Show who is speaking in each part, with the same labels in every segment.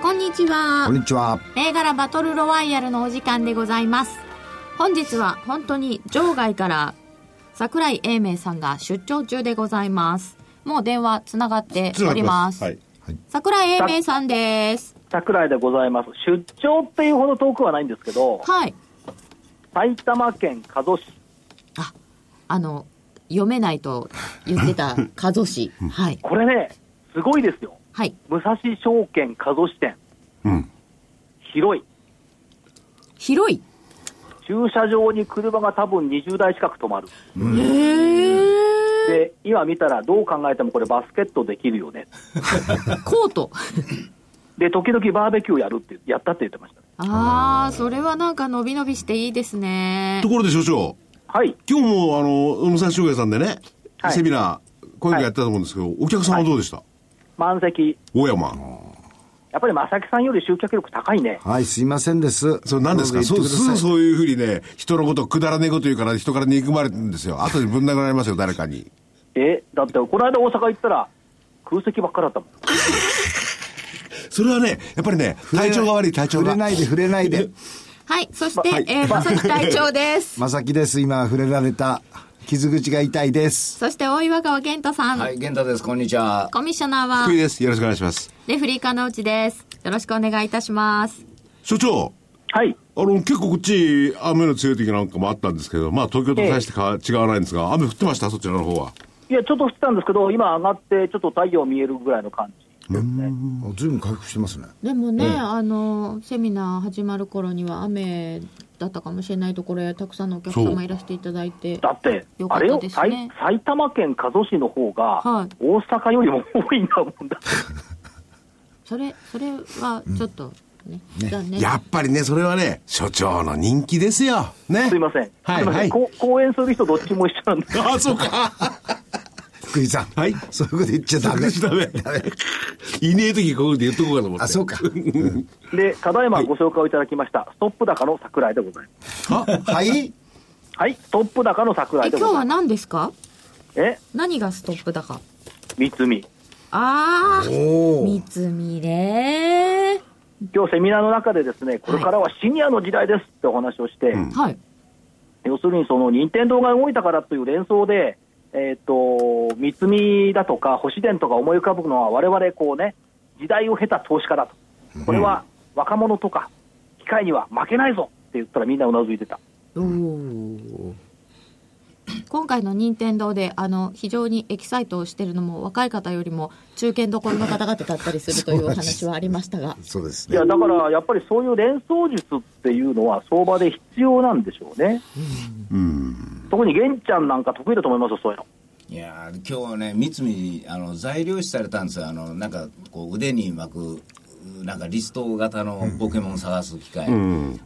Speaker 1: こんにちは
Speaker 2: こん。にちは。
Speaker 1: 銘柄バトルロワイヤルのお時間でございます。本日は本当に場外から桜井英明さんが出張中でございます。もう電話つながっております。
Speaker 3: はい。
Speaker 1: 桜井英明さんです。
Speaker 4: 桜井でございます。出張っていうほど遠くはないんですけど、
Speaker 1: はい。
Speaker 4: 埼玉県加須市。
Speaker 1: あ、あの、読めないと言ってた加須 市。はい。
Speaker 4: これね、すごいですよ。
Speaker 1: はい。
Speaker 4: 武蔵証券加須支店。
Speaker 2: うん。
Speaker 4: 広い。
Speaker 1: 広い。
Speaker 4: 駐車場に車が多分20台近く止まる。
Speaker 1: へえ。
Speaker 4: で、今見たらどう考えてもこれバスケットできるよね。
Speaker 1: コー ト。
Speaker 4: で、時々バーベキューやるって、やったって言ってました。
Speaker 1: ああ、それはなんか伸び伸びしていいですね
Speaker 3: と。ころで所長、
Speaker 4: はい。
Speaker 3: 今日もあの、武蔵商業さんでね、
Speaker 4: はい
Speaker 3: セミナー、こういうのやったと思うんですけど、お客さんはどうでした、
Speaker 4: 満席。
Speaker 3: 大山。
Speaker 4: やっぱり正木さんより集客力高いね。
Speaker 2: はい、すいませんです。
Speaker 3: それ何ですか
Speaker 2: ど
Speaker 3: そうう、
Speaker 2: ぞ言って
Speaker 3: す
Speaker 2: くだ
Speaker 3: ぐ
Speaker 2: さい
Speaker 3: そういうふうにね、人のことくだらねえこと言うから、人から憎まれてるんですよ。後でぶん殴られ ますよ、誰かに。
Speaker 4: え、だってこの間大阪行ったら空席ばっかだったもん。
Speaker 3: それはね、やっぱりね、体調が悪い、体調
Speaker 2: 触
Speaker 3: が
Speaker 2: れ。ないで、触れないで。
Speaker 1: はい。そして、
Speaker 3: はい
Speaker 1: えー、まさき隊長です。
Speaker 2: まさきです。今、触れられた。傷口が痛いです。
Speaker 1: そして大岩川健太さん、
Speaker 5: はい、源太です。こんにちは。
Speaker 1: コミッショナーは
Speaker 3: 福井です。よろしくお願いします。
Speaker 1: レフリーカノウチです。よろしくお願いいたします。
Speaker 3: 所長、
Speaker 4: はい。
Speaker 3: あの、結構こっち、雨の強い時なんかもあったんですけど、まあ東京と大してか、違わないんですが、雨降ってましたそちらの方は。
Speaker 4: いや、ちょっと降ってたんですけど、今上がって、ちょっと太陽見えるぐらいの感じですね。
Speaker 2: ずいぶん回復してますね。
Speaker 1: でもね、あの、セミナー始まる頃には雨だったかもしれないところへたくさんのお客
Speaker 3: そ
Speaker 1: 様
Speaker 3: う
Speaker 1: いらしていただいて。
Speaker 4: だって
Speaker 1: よ、か
Speaker 4: あ
Speaker 1: った
Speaker 4: れよ、
Speaker 1: です
Speaker 4: さい
Speaker 1: ね
Speaker 4: 埼玉県加須市の方
Speaker 1: は
Speaker 4: が
Speaker 1: い、
Speaker 4: 大阪よりも多いんだもん だ。
Speaker 1: それ、それはちょっとね、じゃあね。
Speaker 3: やっぱりね、それはね、所長の人気ですよ。ね。
Speaker 4: すいません。
Speaker 3: は
Speaker 4: す
Speaker 3: い、
Speaker 4: いま
Speaker 3: は
Speaker 4: せん。
Speaker 3: い。
Speaker 4: こう講演する人どっちも一緒なんで。
Speaker 3: あ、そうか。
Speaker 2: 福井さん。
Speaker 3: はい
Speaker 2: そういうこと言っちゃダメ。
Speaker 3: ダメ。いねえ時ここで言っとこうかと思 って。
Speaker 2: あ、そうか。
Speaker 4: で、ただいまご紹介をいただきました、ストップ高の桜井でございます。
Speaker 2: はい
Speaker 4: はい、ストップ高の桜
Speaker 1: え、
Speaker 4: 井で
Speaker 1: 今日
Speaker 4: ござ
Speaker 1: はい
Speaker 4: ま
Speaker 1: 何ですか
Speaker 4: す。え、
Speaker 1: 何がストップだか。
Speaker 4: 三つ見。
Speaker 1: あー、
Speaker 2: おー
Speaker 1: 三つ見ね
Speaker 4: 今日セミナーの中でですね、これからはシニアの時代ですってお話をして、
Speaker 1: はい。
Speaker 4: 要するにその任天堂が動いたからという連想で、えっと三つ見だとか星伝とか思い浮かぶのは我々こうね時代を経た投資家だとこれは若者とか機械には負けないぞって言ったらみんなうなずいてた
Speaker 1: 今回の任天堂であの非常にエキサイトをしているのも若い方よりも中堅どころの方々だったりするというお話はありましたが
Speaker 2: そうです
Speaker 4: い
Speaker 2: ね。
Speaker 4: やだからやっぱりそういう連想術っていうのは相場で必要なんでしょうね特に玄ちゃんなんか得意だと思いますよそういうの
Speaker 5: いやー、今日はね、三つに、あの、材料視されたんですよ。あの、なんか、こう、腕に巻く、なんかリスト型のポケモン探す機械、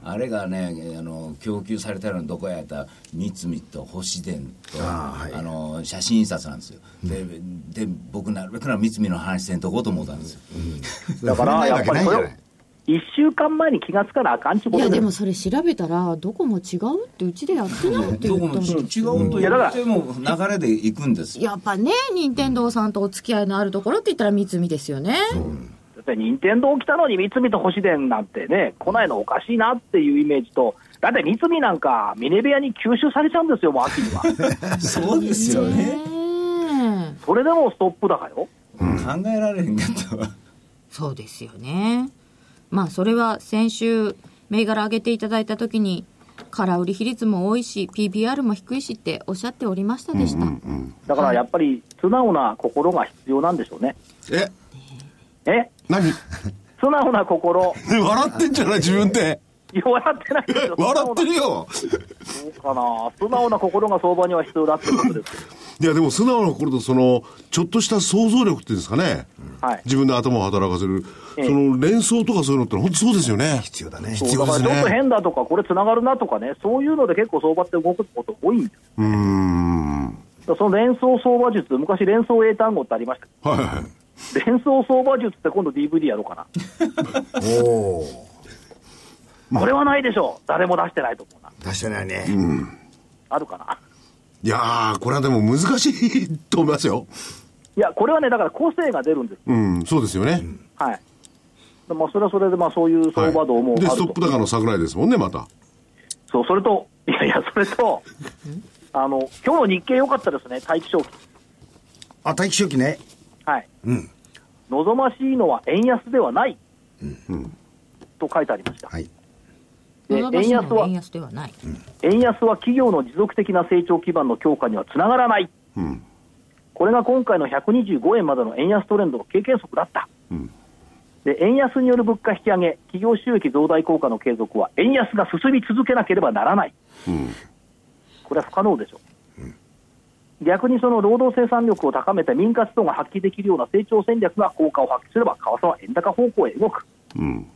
Speaker 5: あれがね、あの、供給されたのはどこやったら、三つと星伝と、あ,、の、写真印刷なんですよ。で、で、僕、なるべくなら三つの話せんとこうと思ったんです
Speaker 4: だ
Speaker 5: よ。
Speaker 4: からやっぱりそれを1週間前に気がつかなあかんちゅう
Speaker 1: い
Speaker 4: こ
Speaker 1: や
Speaker 4: と
Speaker 1: で
Speaker 4: で
Speaker 1: もそれ調べたらどこも違うってうちでやってないって
Speaker 5: ど
Speaker 1: 言
Speaker 5: こ
Speaker 1: った
Speaker 5: も
Speaker 1: ん
Speaker 5: 違う
Speaker 1: です
Speaker 5: と言っても、流れで行くんですよ。
Speaker 1: やっぱね任天堂さんとお付き合いのあるところって言ったら三つ見ですよね
Speaker 4: だって任天堂来たのに三つと星伝なんてね、来ないのおかしいなっていうイメージと、だって三つなんか、ミネベアに吸収されちゃうんですよ、もう秋には。
Speaker 5: そうですよ
Speaker 1: ね
Speaker 5: ね。
Speaker 1: え
Speaker 4: それでもストップだかよ。
Speaker 5: 考えられへんかったわ。
Speaker 1: そうですよねまあそれは先週銘柄上げていただいた時に空売り比率も多いし PBR も低いしっておっしゃっておりましたでした、
Speaker 4: だからやっぱり、素直な心が必要なんでしょうね。
Speaker 3: え、
Speaker 4: え
Speaker 3: 何
Speaker 4: 素直な心。
Speaker 3: 笑ってんじゃない自分で。
Speaker 4: いや笑ってないですよ。
Speaker 3: 笑ってる
Speaker 4: よ。
Speaker 3: よ。
Speaker 4: そうかな。素直な心が相場には必要だってことですよ。
Speaker 6: いや、でも素直な心と、その、ちょっとした想像力っていうんですかね。
Speaker 4: はい
Speaker 6: 自分で頭を働かせる。その連想とかそういうのって本当そうですよね。
Speaker 2: 必要だね。
Speaker 6: 必
Speaker 4: だ
Speaker 6: 要で
Speaker 4: か
Speaker 6: す
Speaker 4: らちょっと
Speaker 6: ね。
Speaker 4: 変だとか、これつながるなとかね、そういうので結構相場って動くこと多いんです。
Speaker 6: うーん。はい
Speaker 4: だからその連想相場術、昔連想英単語ってありましたけ
Speaker 6: はいはい。
Speaker 4: ど連想相場術って今度 DVD やろうか
Speaker 2: おお
Speaker 4: な。これはないでしょう。誰も出してないと思うな。
Speaker 2: ー。出してないね。
Speaker 4: あるかな。
Speaker 6: いやー、これはでも難しいと思いますよ。
Speaker 4: いや、これはね、だから個性が出るんです。
Speaker 6: うん、そうですよね。
Speaker 4: はい。でまあ、それはそれで、まあ、そういう
Speaker 6: は
Speaker 4: 相
Speaker 6: い
Speaker 4: 場道もある
Speaker 6: で、
Speaker 4: と、
Speaker 6: ストップ高の桜井ですもんね、また。
Speaker 4: そう、それと、いやいや、それ と、あの、今日の日経良かったですね、大気消費。
Speaker 2: あ、大気初期ね。
Speaker 4: はい。
Speaker 2: うん。
Speaker 4: 望ましいのは円安ではない。と書いてありました。
Speaker 2: はい。
Speaker 4: で
Speaker 1: 望ましいの
Speaker 4: 円安
Speaker 1: は
Speaker 4: は
Speaker 1: 円安ではない。
Speaker 4: 円安は企業の持続的な成長基盤の強化にはつながらない。
Speaker 6: うん。
Speaker 4: これが今回の125円までの円安トレンドの経験則だった。で円安による物価引き上げ、企業収益増大効果の継続は、円安が進み続けなければならない、これは不可能でしょう、逆にその労働生産力を高めて、民活動が発揮できるような成長戦略が効果を発揮すれば、為替は円高方向へ動く、
Speaker 6: うん。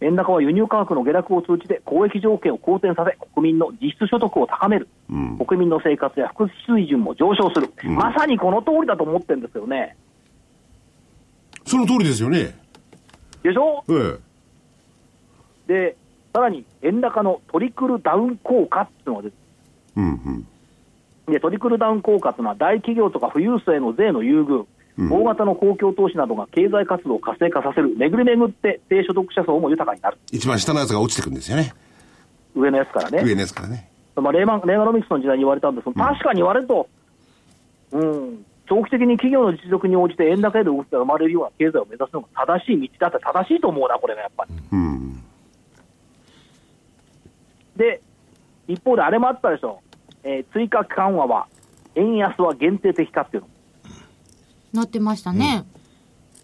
Speaker 4: 円高は輸入価格の下落を通じて、交易条件を好転させ、国民の実質所得を高める、
Speaker 6: うん。
Speaker 4: 国民の生活や福祉水準も上昇する、まさにこの通りだと思ってるんですよね。
Speaker 6: その通りですよね。
Speaker 4: でしょ
Speaker 6: ええ。
Speaker 4: で、さらに円高のトリクルダウン効果っていうのが出て
Speaker 6: うん、うん。
Speaker 4: でトリクルダウン効果というのは大企業とか富裕層への税の優遇、大型の公共投資などが経済活動を活性化させる、巡り巡って低所得者層も豊かになる、
Speaker 6: 一番下のやつが落ちてくんですよね。
Speaker 4: 上のやつからね、
Speaker 6: 上のやつからね。
Speaker 4: まあ、レーマンレーガノミクスの時代に言われたんですが、確かに言われると、うん、長期的に企業の実力に応じて円高への動きが生まれるような経済を目指すのが正しい道だって正しいと思うな、これがやっぱり。
Speaker 6: うん。
Speaker 4: で、一方であれもあったでしょ、えー追加緩和は、円安は限定的かっていう
Speaker 1: なってましたね。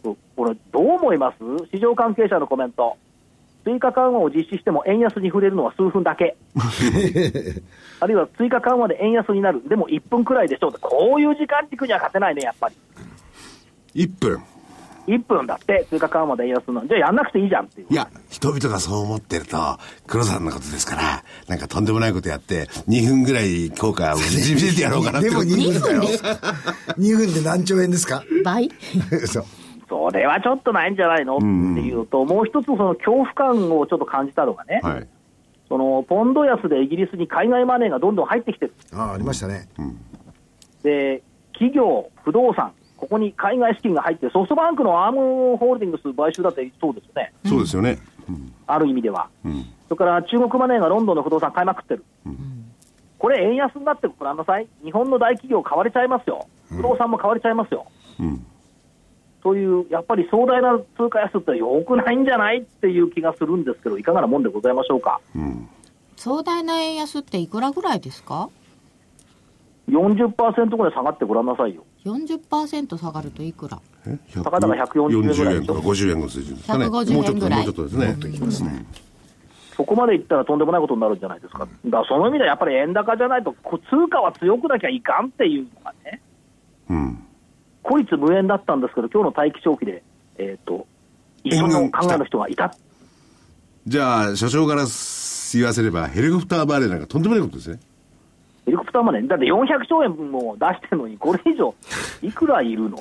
Speaker 4: の、これ、どう思います市場関係者のコメント、追加緩和を実施しても円安に触れるのは数分だけ、あるいは追加緩和で円安になる、でも1分くらいでしょうって、こういう時間軸には勝てないね、やっぱり。
Speaker 6: 1分。
Speaker 4: 1分だって、追加緩和で円安なの、じゃあやんなくていいじゃんっていう
Speaker 6: い。や、人々がそう思ってると、黒さんのことですから、なんかとんでもないことやって、2分ぐらい効果をじびじてやろうかなって。
Speaker 2: でも2分だよ。2 分で何兆円ですか
Speaker 1: 倍
Speaker 2: そう。
Speaker 4: それはちょっとないんじゃないのっていうのと、もう一つ、その恐怖感をちょっと感じたのがね、
Speaker 6: はい。
Speaker 4: そのポンド安でイギリスに海外マネーがどんどん入ってきてる、
Speaker 2: ああ、ありましたね。
Speaker 4: で企業、不動産、ここに海外資金が入って、ソフトバンクのアームホールディングス買収だってそうですよね、
Speaker 6: そうですよね。
Speaker 4: ある意味では、それから中国マネーがロンドンの不動産買いまくってる、これ、円安になってごらんなさい、日本の大企業買われちゃいますよ、不動産も買われちゃいますよ。
Speaker 6: うん。
Speaker 4: というやっぱり壮大な通貨安ってよくないんじゃないっていう気がするんですけど、いかがなもんでございましょうか、
Speaker 1: 壮大な円安っていくらぐらいですか
Speaker 4: 40%ぐらい下がってごらんなさいよ、
Speaker 1: 40%下がるといくら
Speaker 6: え
Speaker 4: 高々140円ぐらい
Speaker 6: 円から50円の水準ですかね。
Speaker 1: 150
Speaker 6: もうちょっ
Speaker 1: 円
Speaker 6: と、
Speaker 1: ぐらい
Speaker 6: もうちょっとですね。ってきますね。
Speaker 4: そこまでいったらとんでもないことになるんじゃないですか、だからその意味ではやっぱり円高じゃないと、こう通貨は強くなきゃいかんっていうのがね、
Speaker 6: うん。
Speaker 4: 孤立無縁だったんですけど、今日の待機長期で、えー、と一緒の考えの人がいた、
Speaker 6: じゃあ、所長から言わせれば、ヘリコプターバレーなんかとんでもないことですね。
Speaker 4: ヘリコプターまで、だって400兆円も出してるのに、これ以上、いくらいるの、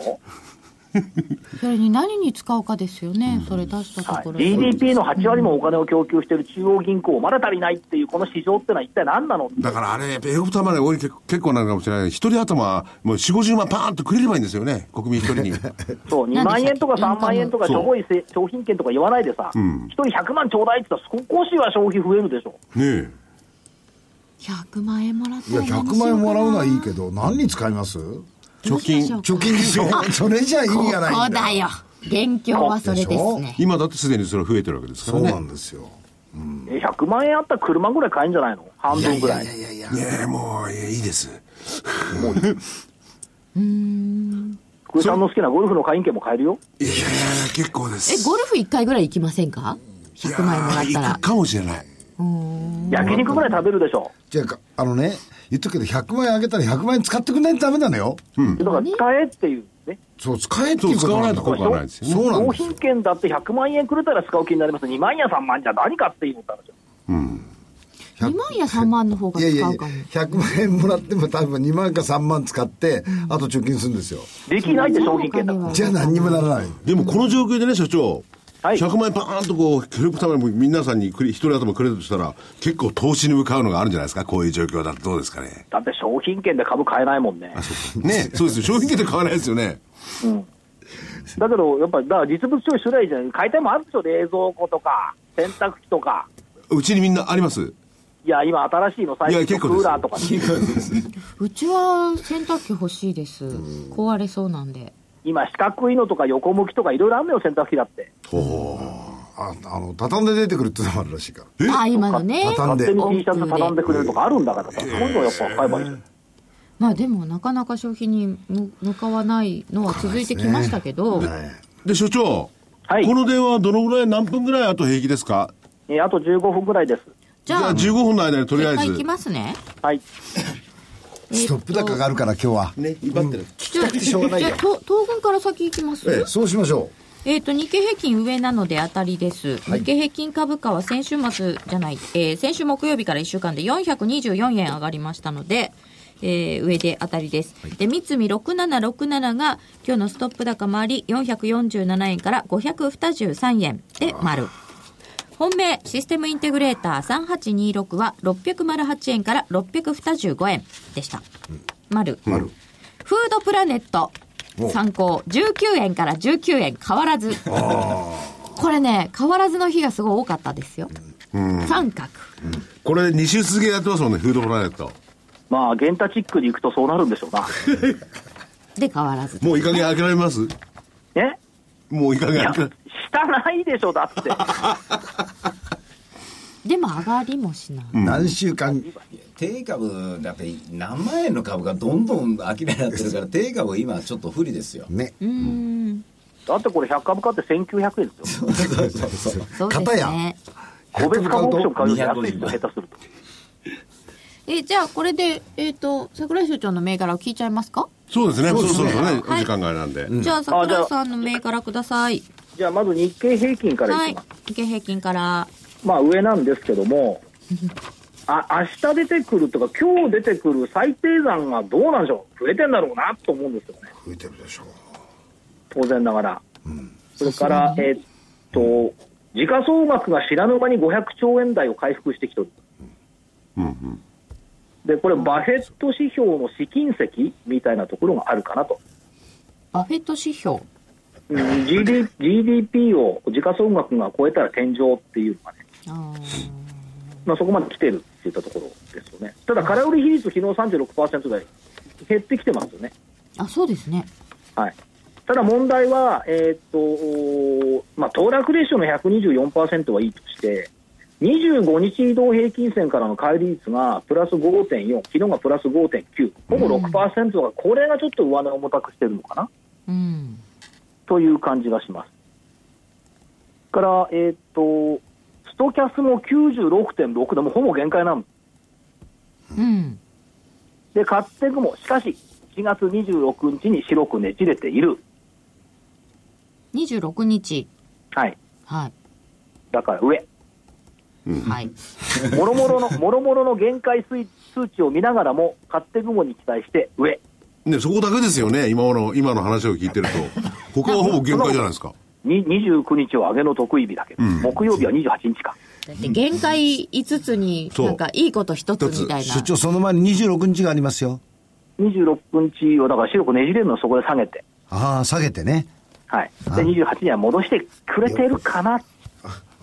Speaker 1: それに何に使うかですよね、それ出したと
Speaker 4: はい
Speaker 1: ころで、
Speaker 4: GDP の8割もお金を供給している中央銀行、まだ足りないっていう、この市場ってのは一体何なの
Speaker 6: だからあれ、ヘリコプターバレー多い結構結構なのかもしれない。一人頭、もう4、50万パーンとくれればいいんですよね。国民一人に。
Speaker 4: そう、2
Speaker 1: なんで
Speaker 4: 万円とか
Speaker 1: さっ
Speaker 4: 3
Speaker 1: き
Speaker 4: 万円とか、
Speaker 6: そ
Speaker 4: ち
Speaker 6: う
Speaker 4: ょぼいせ商品券とか言わないでさ、
Speaker 6: ん
Speaker 4: 一人100万ちょうだいって言ったら、少しは消費増えるでしょ。
Speaker 6: ねえ。
Speaker 1: 100万円もらって
Speaker 2: いや、100万円もらうのはいいけ
Speaker 1: ど
Speaker 2: ど、何に使います
Speaker 6: 貯金。
Speaker 2: 貯金で しょそれじゃ意
Speaker 1: こ
Speaker 2: 味がないんだ
Speaker 1: こだよ元凶はそれですね
Speaker 6: 今だってすでにそれは増えてるわけですか
Speaker 2: そ
Speaker 6: ら
Speaker 2: う
Speaker 6: ね。
Speaker 2: なんですよ。
Speaker 4: え100万円あったら車ぐらい買えんじゃないの半分ぐらい。
Speaker 2: いやいや。
Speaker 6: ねえ、もう、いやいいです。
Speaker 4: 福井さんの好きなゴルフの会員券も買えるよ。
Speaker 6: いやいや、結構です。
Speaker 1: えゴルフ1回ぐらい行きませんか100万円もらった
Speaker 6: いやー行
Speaker 1: ら
Speaker 6: くかもしれない。
Speaker 4: 焼肉ぐらい食べるでしょ。
Speaker 2: じゃあ、あのね、
Speaker 3: 言っとくけど、100万円あげたら100万円使ってくんないとダメなのよ。うん。
Speaker 4: だから使えっていうね、
Speaker 3: そう、使えっていうことなんだ
Speaker 4: そう使わないと効果はない
Speaker 6: ですよ
Speaker 3: そうなん
Speaker 4: 商
Speaker 3: ですよ
Speaker 4: 品。券だって100万円くれたら使う気になります、2万や3万じゃ何かっていう話
Speaker 1: 2万や3万の方が
Speaker 2: いやい
Speaker 1: 使
Speaker 2: やいうや
Speaker 1: かも。
Speaker 2: 100万円もらっても多分2万か3万使ってあと貯金するんですよ
Speaker 4: できないって商品券だから
Speaker 2: じゃあ何にもならない
Speaker 6: でもこの状況でね、社長。
Speaker 4: はい
Speaker 6: 100万円パーンとこう、協力ために皆さんにクリ一人頭くれるとしたら、結構投資に向かうのがあるんじゃないですかこういう状況だとどうです かね。
Speaker 4: だって商品券で株買えないもんね。
Speaker 6: ね、そうですよ。商品券で買わないですよね。
Speaker 4: だけど、やっぱり、だから実物調理種類じゃない、買いたいもんあるでしょ、冷蔵庫とか、洗濯機とか。
Speaker 6: うちにみんなあります。
Speaker 4: いや、今新しいの
Speaker 6: いや
Speaker 4: 最近
Speaker 6: 結
Speaker 4: のク
Speaker 6: 構です
Speaker 4: ーラーとかね、
Speaker 1: うちは洗濯機欲しいです。壊れそうなんで。
Speaker 4: 今四角いのとか横向きとかいろいろあるのよ、洗濯機だって。
Speaker 2: ああの畳んで出てくるってのもあるらしいから
Speaker 1: あ、今のね。
Speaker 2: 畳ん
Speaker 4: 勝手
Speaker 2: で
Speaker 4: に T シャツ畳んでくれるとかあるんだからさ、そういうのやっぱ買えばいいじゃん。
Speaker 1: まあでもなかなか消費にむ向かわないのは続いてきましたけど、
Speaker 6: で、所長。
Speaker 4: はい
Speaker 6: この電話はどのぐらい、何分ぐらいあと平気ですか
Speaker 4: えーあと15分ぐらいです。
Speaker 1: じ
Speaker 6: じゃ
Speaker 1: ゃ
Speaker 6: あ
Speaker 1: あ、
Speaker 6: 15分の間にとりあえ
Speaker 1: 一回
Speaker 6: ず。
Speaker 1: 行きますね。
Speaker 4: はい。
Speaker 2: ストップ高があるから今日は
Speaker 6: ね、威張ってる。
Speaker 1: じゃあ、じゃあ東東軍から先行きます、
Speaker 2: ええそうしましょ
Speaker 1: えっ、と、日経平均上なので当たりです。日経平均株価は先週末じゃない、えー先週木曜日から1週間で424円上がりましたので、えー上で当たりです。で、三つ見6767が今日のストップ高もあり、447円から523円で丸。本命システムインテグレーター3826は608円から625円でした。丸。丸。フードプラネット参考19円から19円変わらず。これね、変わらずの日がすごい多かったですよ。三角。
Speaker 6: これ、2週続けてやってますもんね、フードプラネット。
Speaker 4: まあ、ゲンタチックに行くとそうなるんでしょうな。
Speaker 1: で変わらず。
Speaker 6: もういい加減諦めます
Speaker 4: ね
Speaker 6: もういい加
Speaker 4: い
Speaker 6: 減
Speaker 4: や、
Speaker 6: 諦め
Speaker 4: 下ないでしょ、だって。
Speaker 1: でも上がりもしない。
Speaker 2: う、何週間
Speaker 5: 定株だって何万円の株がどんどん商いになってるから定株今ちょっと不利ですよ
Speaker 2: ね
Speaker 4: だってこれ100株買って1900円です
Speaker 1: そう
Speaker 4: よ。
Speaker 1: です
Speaker 2: 片や
Speaker 1: ね。
Speaker 4: 個別株オプション買うより安いです
Speaker 5: 250
Speaker 4: よ、下手すると。
Speaker 1: え、じゃあこれで、えっ、と、桜井所長の銘柄を聞いちゃいますか、
Speaker 6: そうですね、そろそろね、
Speaker 1: はい
Speaker 6: お時間がなんで。
Speaker 1: じゃあ桜井さんの銘柄ください。
Speaker 4: じゃあ、まず日経平均から
Speaker 1: はい
Speaker 4: き
Speaker 1: い
Speaker 4: ます。。
Speaker 1: 日経平均から。
Speaker 4: まあ上なんですけども、あ明日出てくるとか、今日出てくる最低算がどうなんでしょう、増えてんだろうなと思うんですよね、
Speaker 2: 増えてるでしょう
Speaker 4: 当然ながら。それから、えっと、時価総額が知らぬ間に500兆円台を回復してきてる。で、これ、バフェット指標の資金石みたいなところがあるかなと。
Speaker 1: バフェット指標。
Speaker 4: うん GD GDP を時価総額が超えたら天井っていうのがね、
Speaker 1: あー
Speaker 4: まあ、そこまで来てるっていったところですよね、ただ、空売り比率、昨日36%台、減ってきてますよね、
Speaker 1: あ、そうですね。
Speaker 4: はい、ただ問題は、えーっとまあ、騰落レーションの124%はいいとして、25日移動平均線からの乖離率がプラス5.4、昨日がプラス5.9、ほぼ6%が、これがちょっと上値を重たくしてるのかな。
Speaker 1: うん。
Speaker 4: という感じがします。から、えーっと、ストキャスも96.6でもうほぼ限界なん
Speaker 1: うん。
Speaker 4: で、勝手雲、しかし、7月26日に白くねじれている。
Speaker 1: 26日。
Speaker 4: はい。
Speaker 1: はい。
Speaker 4: だから上。
Speaker 1: はい。
Speaker 4: もろも ろの、もろもろの限界数数値を見ながらも、勝手雲に期待して上。
Speaker 6: ね、そこだけですよね、今の、今の話を聞いてると。他はほぼ限界じゃないですか。
Speaker 4: に29日を上げの得意日だけど、木曜日は28日か。
Speaker 1: だって限界5つに、
Speaker 6: そう
Speaker 1: なんかいいこと1つみたいな。
Speaker 2: 所長その前に26日がありますよ
Speaker 4: 26日をだから白くねじれるのをそこで下げて、
Speaker 2: ああ下げてね
Speaker 4: はい。で、28には戻してくれてるかなっ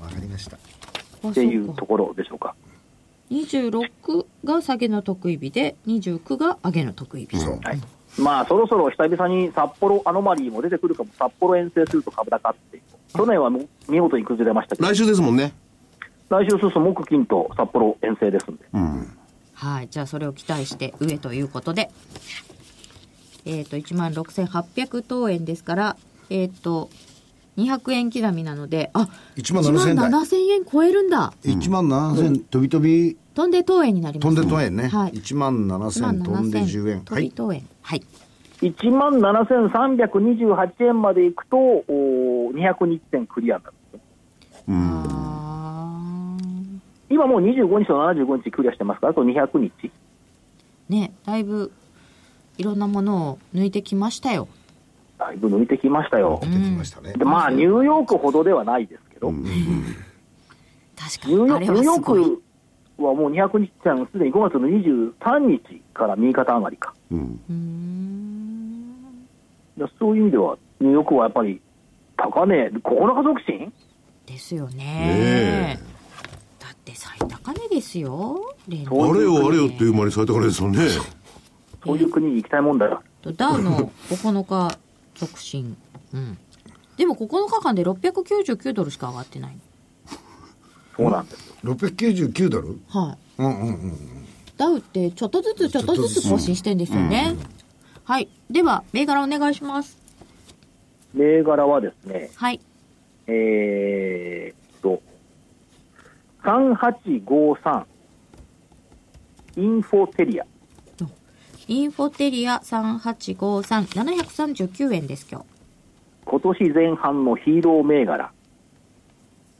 Speaker 2: わかりました
Speaker 1: あ
Speaker 4: ていう
Speaker 1: そうか
Speaker 4: ところでしょうか。
Speaker 1: 26が下げの得意日で、29が上げの得意日。
Speaker 4: はいまあそろそろ久々に札幌アノマリーも出てくるかも、札幌遠征すると株高っていう、去年はもう見事に崩れましたけど、
Speaker 6: 来週ですもんね。
Speaker 4: 来週、そうそう、木、金と札幌遠征ですんで、
Speaker 1: はい。じゃあ、それを期待して上ということで。えっ、と、16,800等円ですから、えっ、と、200円刻みなので、あ、
Speaker 2: 1万7000円
Speaker 1: 1
Speaker 2: 台
Speaker 1: 万7000円超えるんだ。
Speaker 2: 1万7000飛び飛び
Speaker 1: 飛んで東園になります
Speaker 2: 飛んで東園ね。
Speaker 1: はい
Speaker 2: 1万
Speaker 1: 1
Speaker 2: 7000
Speaker 1: 万
Speaker 2: 飛んで10
Speaker 1: 7000
Speaker 2: 円。は
Speaker 1: 飛び
Speaker 2: い。
Speaker 1: 東園はい
Speaker 4: 1万7328円までいくと、おー202点クリアになる。
Speaker 1: あ
Speaker 4: 今もう25日と75日クリアしてますから、あと200日。
Speaker 1: ーねだいぶいろんなものを抜いてきましたよ
Speaker 4: だいぶ抜いてきましたよ
Speaker 2: 出。てきましたね。
Speaker 4: で、まあ、ニューヨークほどではないですけど、ニ
Speaker 1: 確か
Speaker 4: ュー
Speaker 1: に
Speaker 4: ヨ
Speaker 1: あ
Speaker 4: ー
Speaker 1: れ
Speaker 4: クニ
Speaker 1: は
Speaker 4: ューヨ
Speaker 1: すごい
Speaker 4: ークはもう200日間、すでに5月の23日から右肩上がりか。
Speaker 1: うーん
Speaker 4: だそういう意味では、ニューヨークはやっぱり、高値、9日促進
Speaker 1: ですよね
Speaker 6: ねえ
Speaker 1: だって最高値ですよ連日
Speaker 6: あれよあれよっていう間に最高値ですもんね。
Speaker 4: そういう国に行きたいもんだよ。
Speaker 1: とダウの9日促進、うん、でも9日間で699ドルしか上がってない
Speaker 4: そうなんですよ。
Speaker 2: 699ドル
Speaker 1: はい
Speaker 2: うんうんうん。
Speaker 1: ダウってちょっとずつちょっとずつ更新してんですよね、はいでは銘柄お願いします
Speaker 4: 銘柄はですね、
Speaker 1: はい
Speaker 4: えー、っと、3853、インフォテリア。
Speaker 1: インフォテリア3853739円です今日
Speaker 4: 今年前半のヒーロー銘柄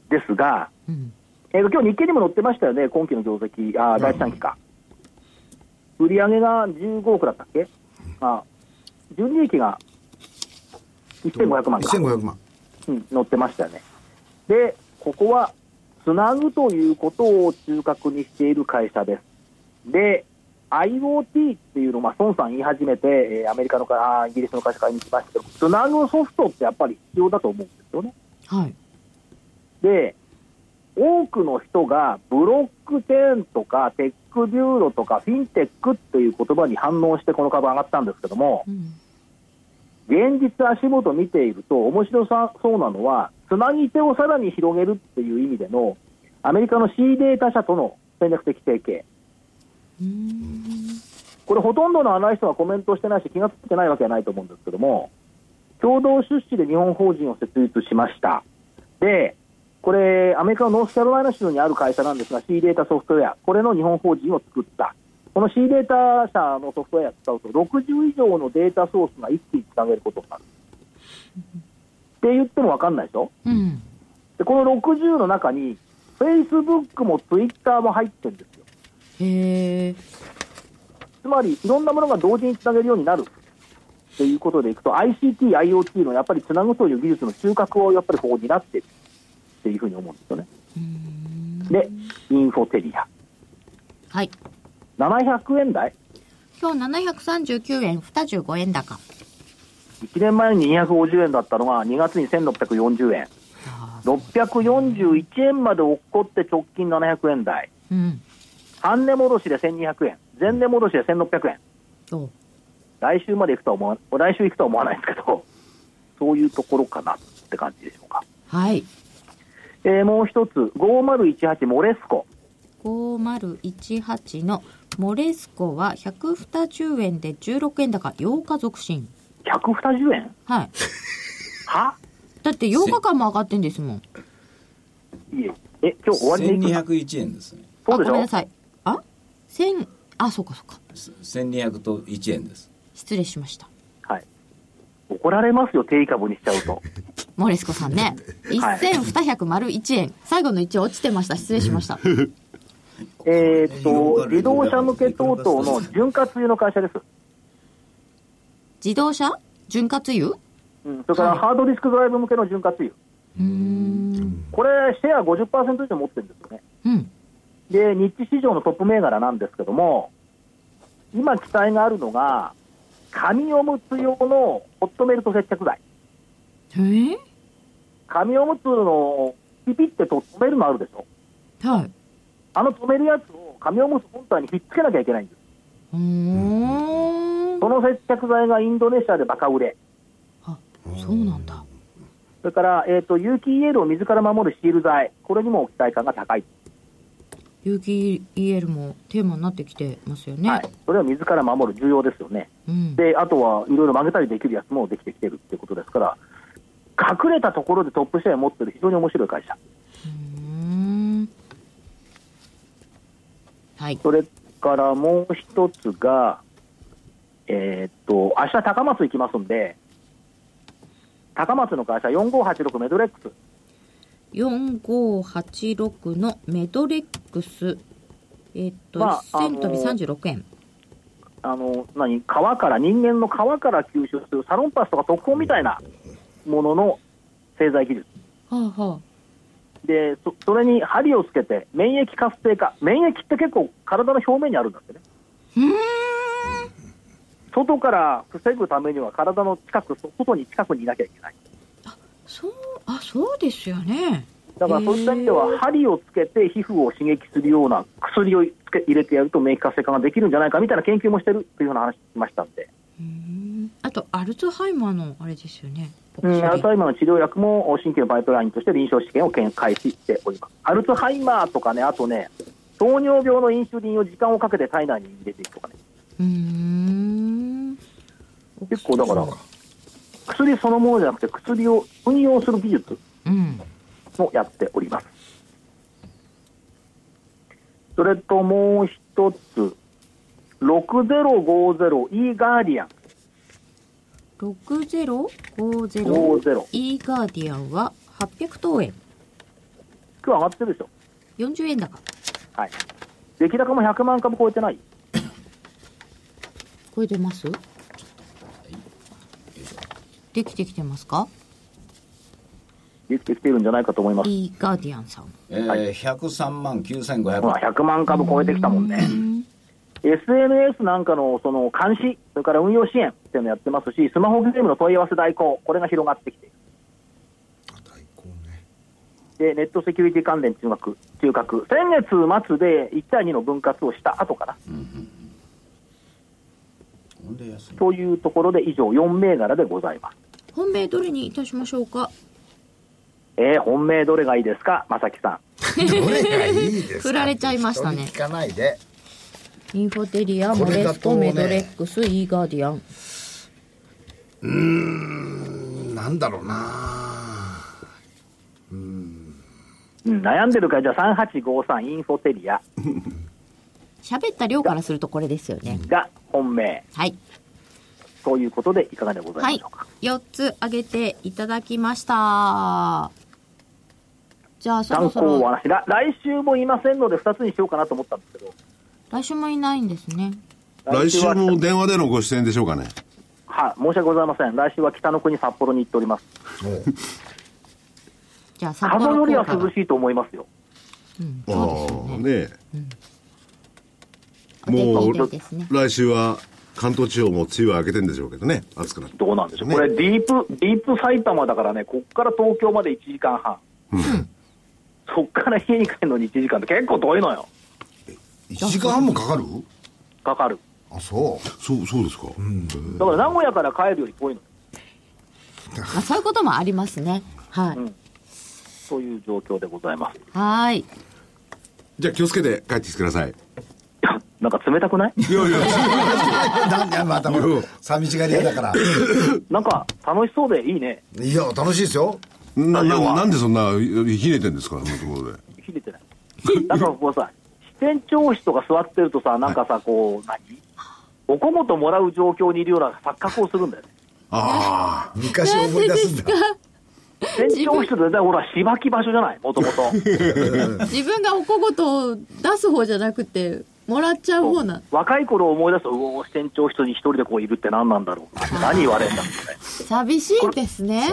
Speaker 4: ですが、
Speaker 1: うん
Speaker 4: えーと今日日経にも載ってましたよね、今期の業績、あー第一三期か。売り上げが15億だったっけ、あ純利益が1500万か、
Speaker 2: 1500万。
Speaker 4: うん、載ってましたよね。で、ここはつなぐということを中核にしている会社です。で、IoT っていうのを、まあ、孫さん言い始めて、えーアメリカの会あーイギリスの会社からに来ましたけど、つなぐソフトってやっぱり必要だと思うんですよね。
Speaker 1: はい
Speaker 4: で、多くの人がブロックチェーンとかテックビューロとかフィンテックっていう言葉に反応してこの株上がったんですけども、
Speaker 1: うん
Speaker 4: 現実足元見ていると面白さそうなのは、つなぎ手をさらに広げるっていう意味での、アメリカの C データ社との戦略的提携。これほとんどのアナリストがコメントしてないし気がついてないわけはないと思うんですけども、共同出資で日本法人を設立しました。で、これ、アメリカのノースキャロライナ州にある会社なんですが、C データソフトウェア、これの日本法人を作った。この C データ社のソフトウェアを使うと、60以上のデータソースが一気につなげることになる。って言っても分かんないでしょ
Speaker 1: うん
Speaker 4: で、この60の中に、Facebook も Twitter も入ってるんですよ。
Speaker 1: へえ
Speaker 4: つまり、いろんなものが同時につなげるようになる。ということでいくと、ICT、IoT のやっぱりつなぐという技術の中核をやっぱりここになっているっていうふうに思うんですよね。で、インフォテリア。
Speaker 1: はい
Speaker 4: 700円台
Speaker 1: 今日739円25円高
Speaker 4: ?1 年前に250円だったのが、2月に1640円。641円まで落っこって直近700円台。
Speaker 1: うん
Speaker 4: 3年戻しで1200円。前年戻しで1600円。
Speaker 1: お
Speaker 4: 来週まで行くとは思わ、来週行くとは思わないですけど、そういうところかなって感じでしょうか。
Speaker 1: はい
Speaker 4: えーもう一つ、5018モレスコ。
Speaker 1: 5018のモレスコは120円で16円高8日続伸
Speaker 4: 120円
Speaker 1: はい
Speaker 4: は
Speaker 1: だって8日間も上がってんですもん
Speaker 4: いえ、え、今日終わりでいく
Speaker 5: 1201円ですね
Speaker 4: そう
Speaker 1: あ
Speaker 4: でし
Speaker 1: ごめん
Speaker 4: ょ
Speaker 1: なさいあ千あそうかそうか
Speaker 5: 1200と1円です
Speaker 1: 失礼しました
Speaker 4: はい。怒られますよ、定位株にしちゃう と。
Speaker 1: モレスコさんね
Speaker 4: はい
Speaker 1: 1201円最後の1落ちてました失礼しました
Speaker 4: えーっと、自動車向け等々の潤滑油の会社です。
Speaker 1: 自動車潤滑油
Speaker 4: うん、それからハードディスクドライブ向けの潤滑油。これ、シェア50%以上持ってるんですよね。
Speaker 1: うん
Speaker 4: で、日地市場のトップ銘柄なんですけども、今期待があるのが、紙おむつ用のホットメルト接着剤。
Speaker 1: へえ
Speaker 4: 紙おむつのピピってと止めるのあるでしょ
Speaker 1: はい
Speaker 4: あの止めるやつを紙おむつ本体にひっつけなきゃいけないんです。
Speaker 1: うーん
Speaker 4: その接着剤がインドネシアでバカ売れ。
Speaker 1: あそうなんだ
Speaker 4: それから、えっ、と、有機イエールを水から守るシール剤。これにも期待感が高い。
Speaker 1: 有機 EL もテーマになってきてますよね、
Speaker 4: はい。それは水から守る重要ですよね。
Speaker 1: うん、
Speaker 4: で、あとはいろいろ曲げたりできるやつもできてきてるってことですから、隠れたところでトップシェアを持ってる非常に面白い会社。
Speaker 1: うーんはい。
Speaker 4: それからもう一つが、えーっと、明日高松行きますんで、高松の会社4586メドレックス。
Speaker 1: 4586のメドレックス。えっと、
Speaker 4: まあ
Speaker 1: 1000飛び36円。
Speaker 4: あの、何、皮から、人間の皮から吸収するサロンパスとか特攻みたいなものの製剤技術。
Speaker 1: はあは
Speaker 4: で、そそれに針をつけて、免疫活性化。免疫って結構体の表面にあるんだってね。外から防ぐためには体の近く、そ外に近くにいなきゃいけない。
Speaker 1: あ。そう、あ、そうですよね。
Speaker 4: だからそういった意味では、針をつけて皮膚を刺激するような薬をつけ入れてやると免疫活性化ができるんじゃないかみたいな研究もしてるというような話しましたんで、
Speaker 1: うんあと、アルツハイマーのあれですよね。お
Speaker 4: う
Speaker 1: 薬
Speaker 4: ん、アルツハイマーの治療薬も神経のパイプラインとして臨床試験を開始しております。アルツハイマーとかね、あとね、糖尿病のインスリンを時間をかけて体内に入れていくとかね、
Speaker 1: うーん。
Speaker 4: 結構だから、薬そのものじゃなくて、薬を運用する技術
Speaker 1: うん。
Speaker 4: もやっております。それともう一つ、6050 e ガーディアン。50
Speaker 1: 6050イーガーディアンは800等円。
Speaker 4: 今日上がってるでしょ。
Speaker 1: 40円高。
Speaker 4: はい。出来高も100万株超えてない。
Speaker 1: これ出ますできてきてますか
Speaker 4: できてきてるんじゃないかと思います。
Speaker 1: イーガーディアンさん。
Speaker 5: えー、103万9500
Speaker 4: ほら、100万株超えてきたもんね。SNS なんかのその監視、それから運用支援っていうのやってますし、スマホゲームの問い合わせ代行、これが広がってきている。
Speaker 2: 大根ね
Speaker 4: で、ネットセキュリティ関連中学、中核、先月末で1対2の分割をした後かな。
Speaker 5: ほんで安い
Speaker 4: というところで以上4銘柄でございます。
Speaker 1: 本命どれにいたしましょうか
Speaker 4: えー、本命どれがいいですか、まさきさ。
Speaker 2: どれがいいですか
Speaker 1: 振られちゃいましたね
Speaker 2: 人に聞かないで
Speaker 1: インフォテリア、
Speaker 2: こ
Speaker 1: モ
Speaker 2: れ
Speaker 1: レ
Speaker 2: だ
Speaker 1: ス
Speaker 2: と
Speaker 1: コ、
Speaker 2: ね
Speaker 1: メドレックス、イーガーディアン。
Speaker 2: なんだろうなん
Speaker 4: うん、悩んでるから、じゃあ3853インフォテリア
Speaker 1: 喋った量からするとこれですよね。
Speaker 4: が本命
Speaker 1: はい。
Speaker 4: ということでいかがでございま
Speaker 1: は
Speaker 4: し
Speaker 1: い
Speaker 4: ょうか。。
Speaker 1: 4つ挙げていただきました。じゃあそろ
Speaker 4: 断
Speaker 1: そ
Speaker 4: 行お
Speaker 1: ろ、
Speaker 4: 話ら来週もいませんので2つにしようかなと思ったんですけど
Speaker 1: 来週もいないんですね。
Speaker 6: 来週
Speaker 4: は
Speaker 6: も電話でのご出演でしょうかね。
Speaker 4: はい申し訳ございません来週は北の国札幌に行っております
Speaker 1: じゃあ札
Speaker 4: 風
Speaker 1: 幌
Speaker 4: より
Speaker 1: 効
Speaker 4: は
Speaker 1: 果が
Speaker 4: 涼しいと思いますよ
Speaker 1: うん、そうですよね。
Speaker 6: ね
Speaker 1: お天気
Speaker 6: もう
Speaker 1: いいですね。
Speaker 6: 来週は関東地方も梅雨は明けてんでしょうけどね。暑くなって。
Speaker 4: どうなんでしょう、
Speaker 6: ね
Speaker 4: これディープディープ埼玉だからねこっから東京まで1時間半そっから家に帰るのに1時間って結構遠いのよ
Speaker 2: 1時間半もかかる
Speaker 4: かかる
Speaker 2: あそう
Speaker 6: そう、そうですか。
Speaker 4: だから名古屋から帰るより遠いの
Speaker 1: まあそういうこともありますね。はい。
Speaker 4: うんという状況でございます
Speaker 1: はーい。
Speaker 6: じゃあ気をつけて帰ってきてください。
Speaker 4: なんか冷たくない
Speaker 6: いやいや、
Speaker 2: なんでまたもう寂しがり屋だから
Speaker 4: なんか楽しそうでいいね
Speaker 2: いや楽しいですよ
Speaker 6: なななんでそんなひねってんですか、そのところで。
Speaker 4: 切れてない。なんかこうさ、支店長室とか座ってるとさ、なんかさ、こう、何おこもともらう状況にいるような錯覚をするんだよね。
Speaker 6: あ
Speaker 2: 昔を思い出すんだ
Speaker 4: 支店長室で、ね、ほら、しばき場所じゃない、もとも と。
Speaker 1: 自分がお小言を出す方じゃなくて、もらっちゃう方な。
Speaker 4: 若い頃を思い出すと、うおー支店長室に一人でこういるって何なんだろうなって何言われるんだろうね。
Speaker 1: 寂しいですね。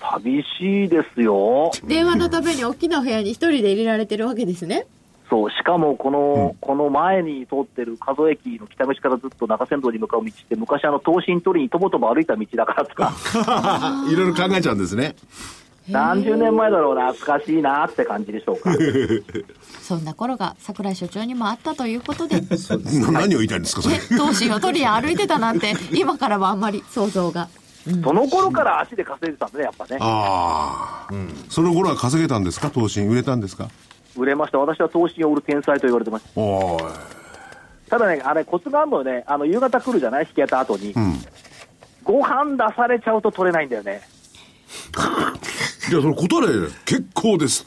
Speaker 4: 寂しいですよ。
Speaker 1: 電話のために大きなお部屋に一人で入れられてるわけですね。
Speaker 4: そう、しかもこの、この前に通ってる加須駅の北口からずっと中山道に向かう道って、昔あの、東進取りにとぼとぼ歩いた道だからとか、
Speaker 6: あ、 いろいろ考えちゃうんですね。
Speaker 4: 何十年前だろうな、懐かしいなって感じでしょうか。
Speaker 1: そんな頃が桜井所長にもあったということ で、
Speaker 6: な何を言いたいんですか、それ。
Speaker 1: 投資を取りに歩いてたなんて、今からはあんまり想像が。
Speaker 4: その頃から足で稼いでたんだね、やっぱね。
Speaker 6: ああ、その頃は稼げたんですか、投資売れたんですか。
Speaker 4: 売れました。私は投資を売る天才と言われてまし
Speaker 6: おーい
Speaker 4: た。ただね、あれ、コツがあるのよね。あの、夕方来るじゃない引きやった後に。ご飯出されちゃうと取れないんだよね。
Speaker 6: いや、それ断れ、結構です。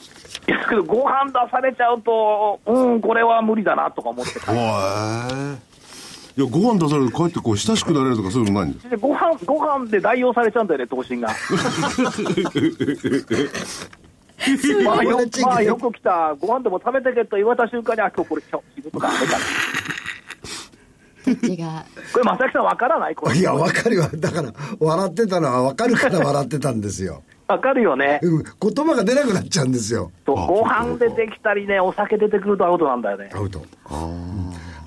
Speaker 4: いや、けど、ご飯出されちゃうと、うん、これは無理だなとか思って、
Speaker 6: おーいや、ご飯出されると帰ってこう、親しくなれるとかそういうのないんです
Speaker 4: でご飯ご飯で代用されちゃうんだよね、答 申が。まあよまあ、よく来た、ご飯でも食べてけと言われた瞬間に、あ今日これ、今日自分が食べたな
Speaker 1: どっ ちが
Speaker 4: これ、正木さん、わからないこれ
Speaker 2: いや、わかるよ。だから、笑ってたのはわかるから笑ってたんですよ。
Speaker 4: わかるよね、
Speaker 2: うん言葉が出なくなっちゃうんですよ。
Speaker 4: そうご飯出てきたりね、お酒出てくるとアウトなんだよね、
Speaker 2: アウト。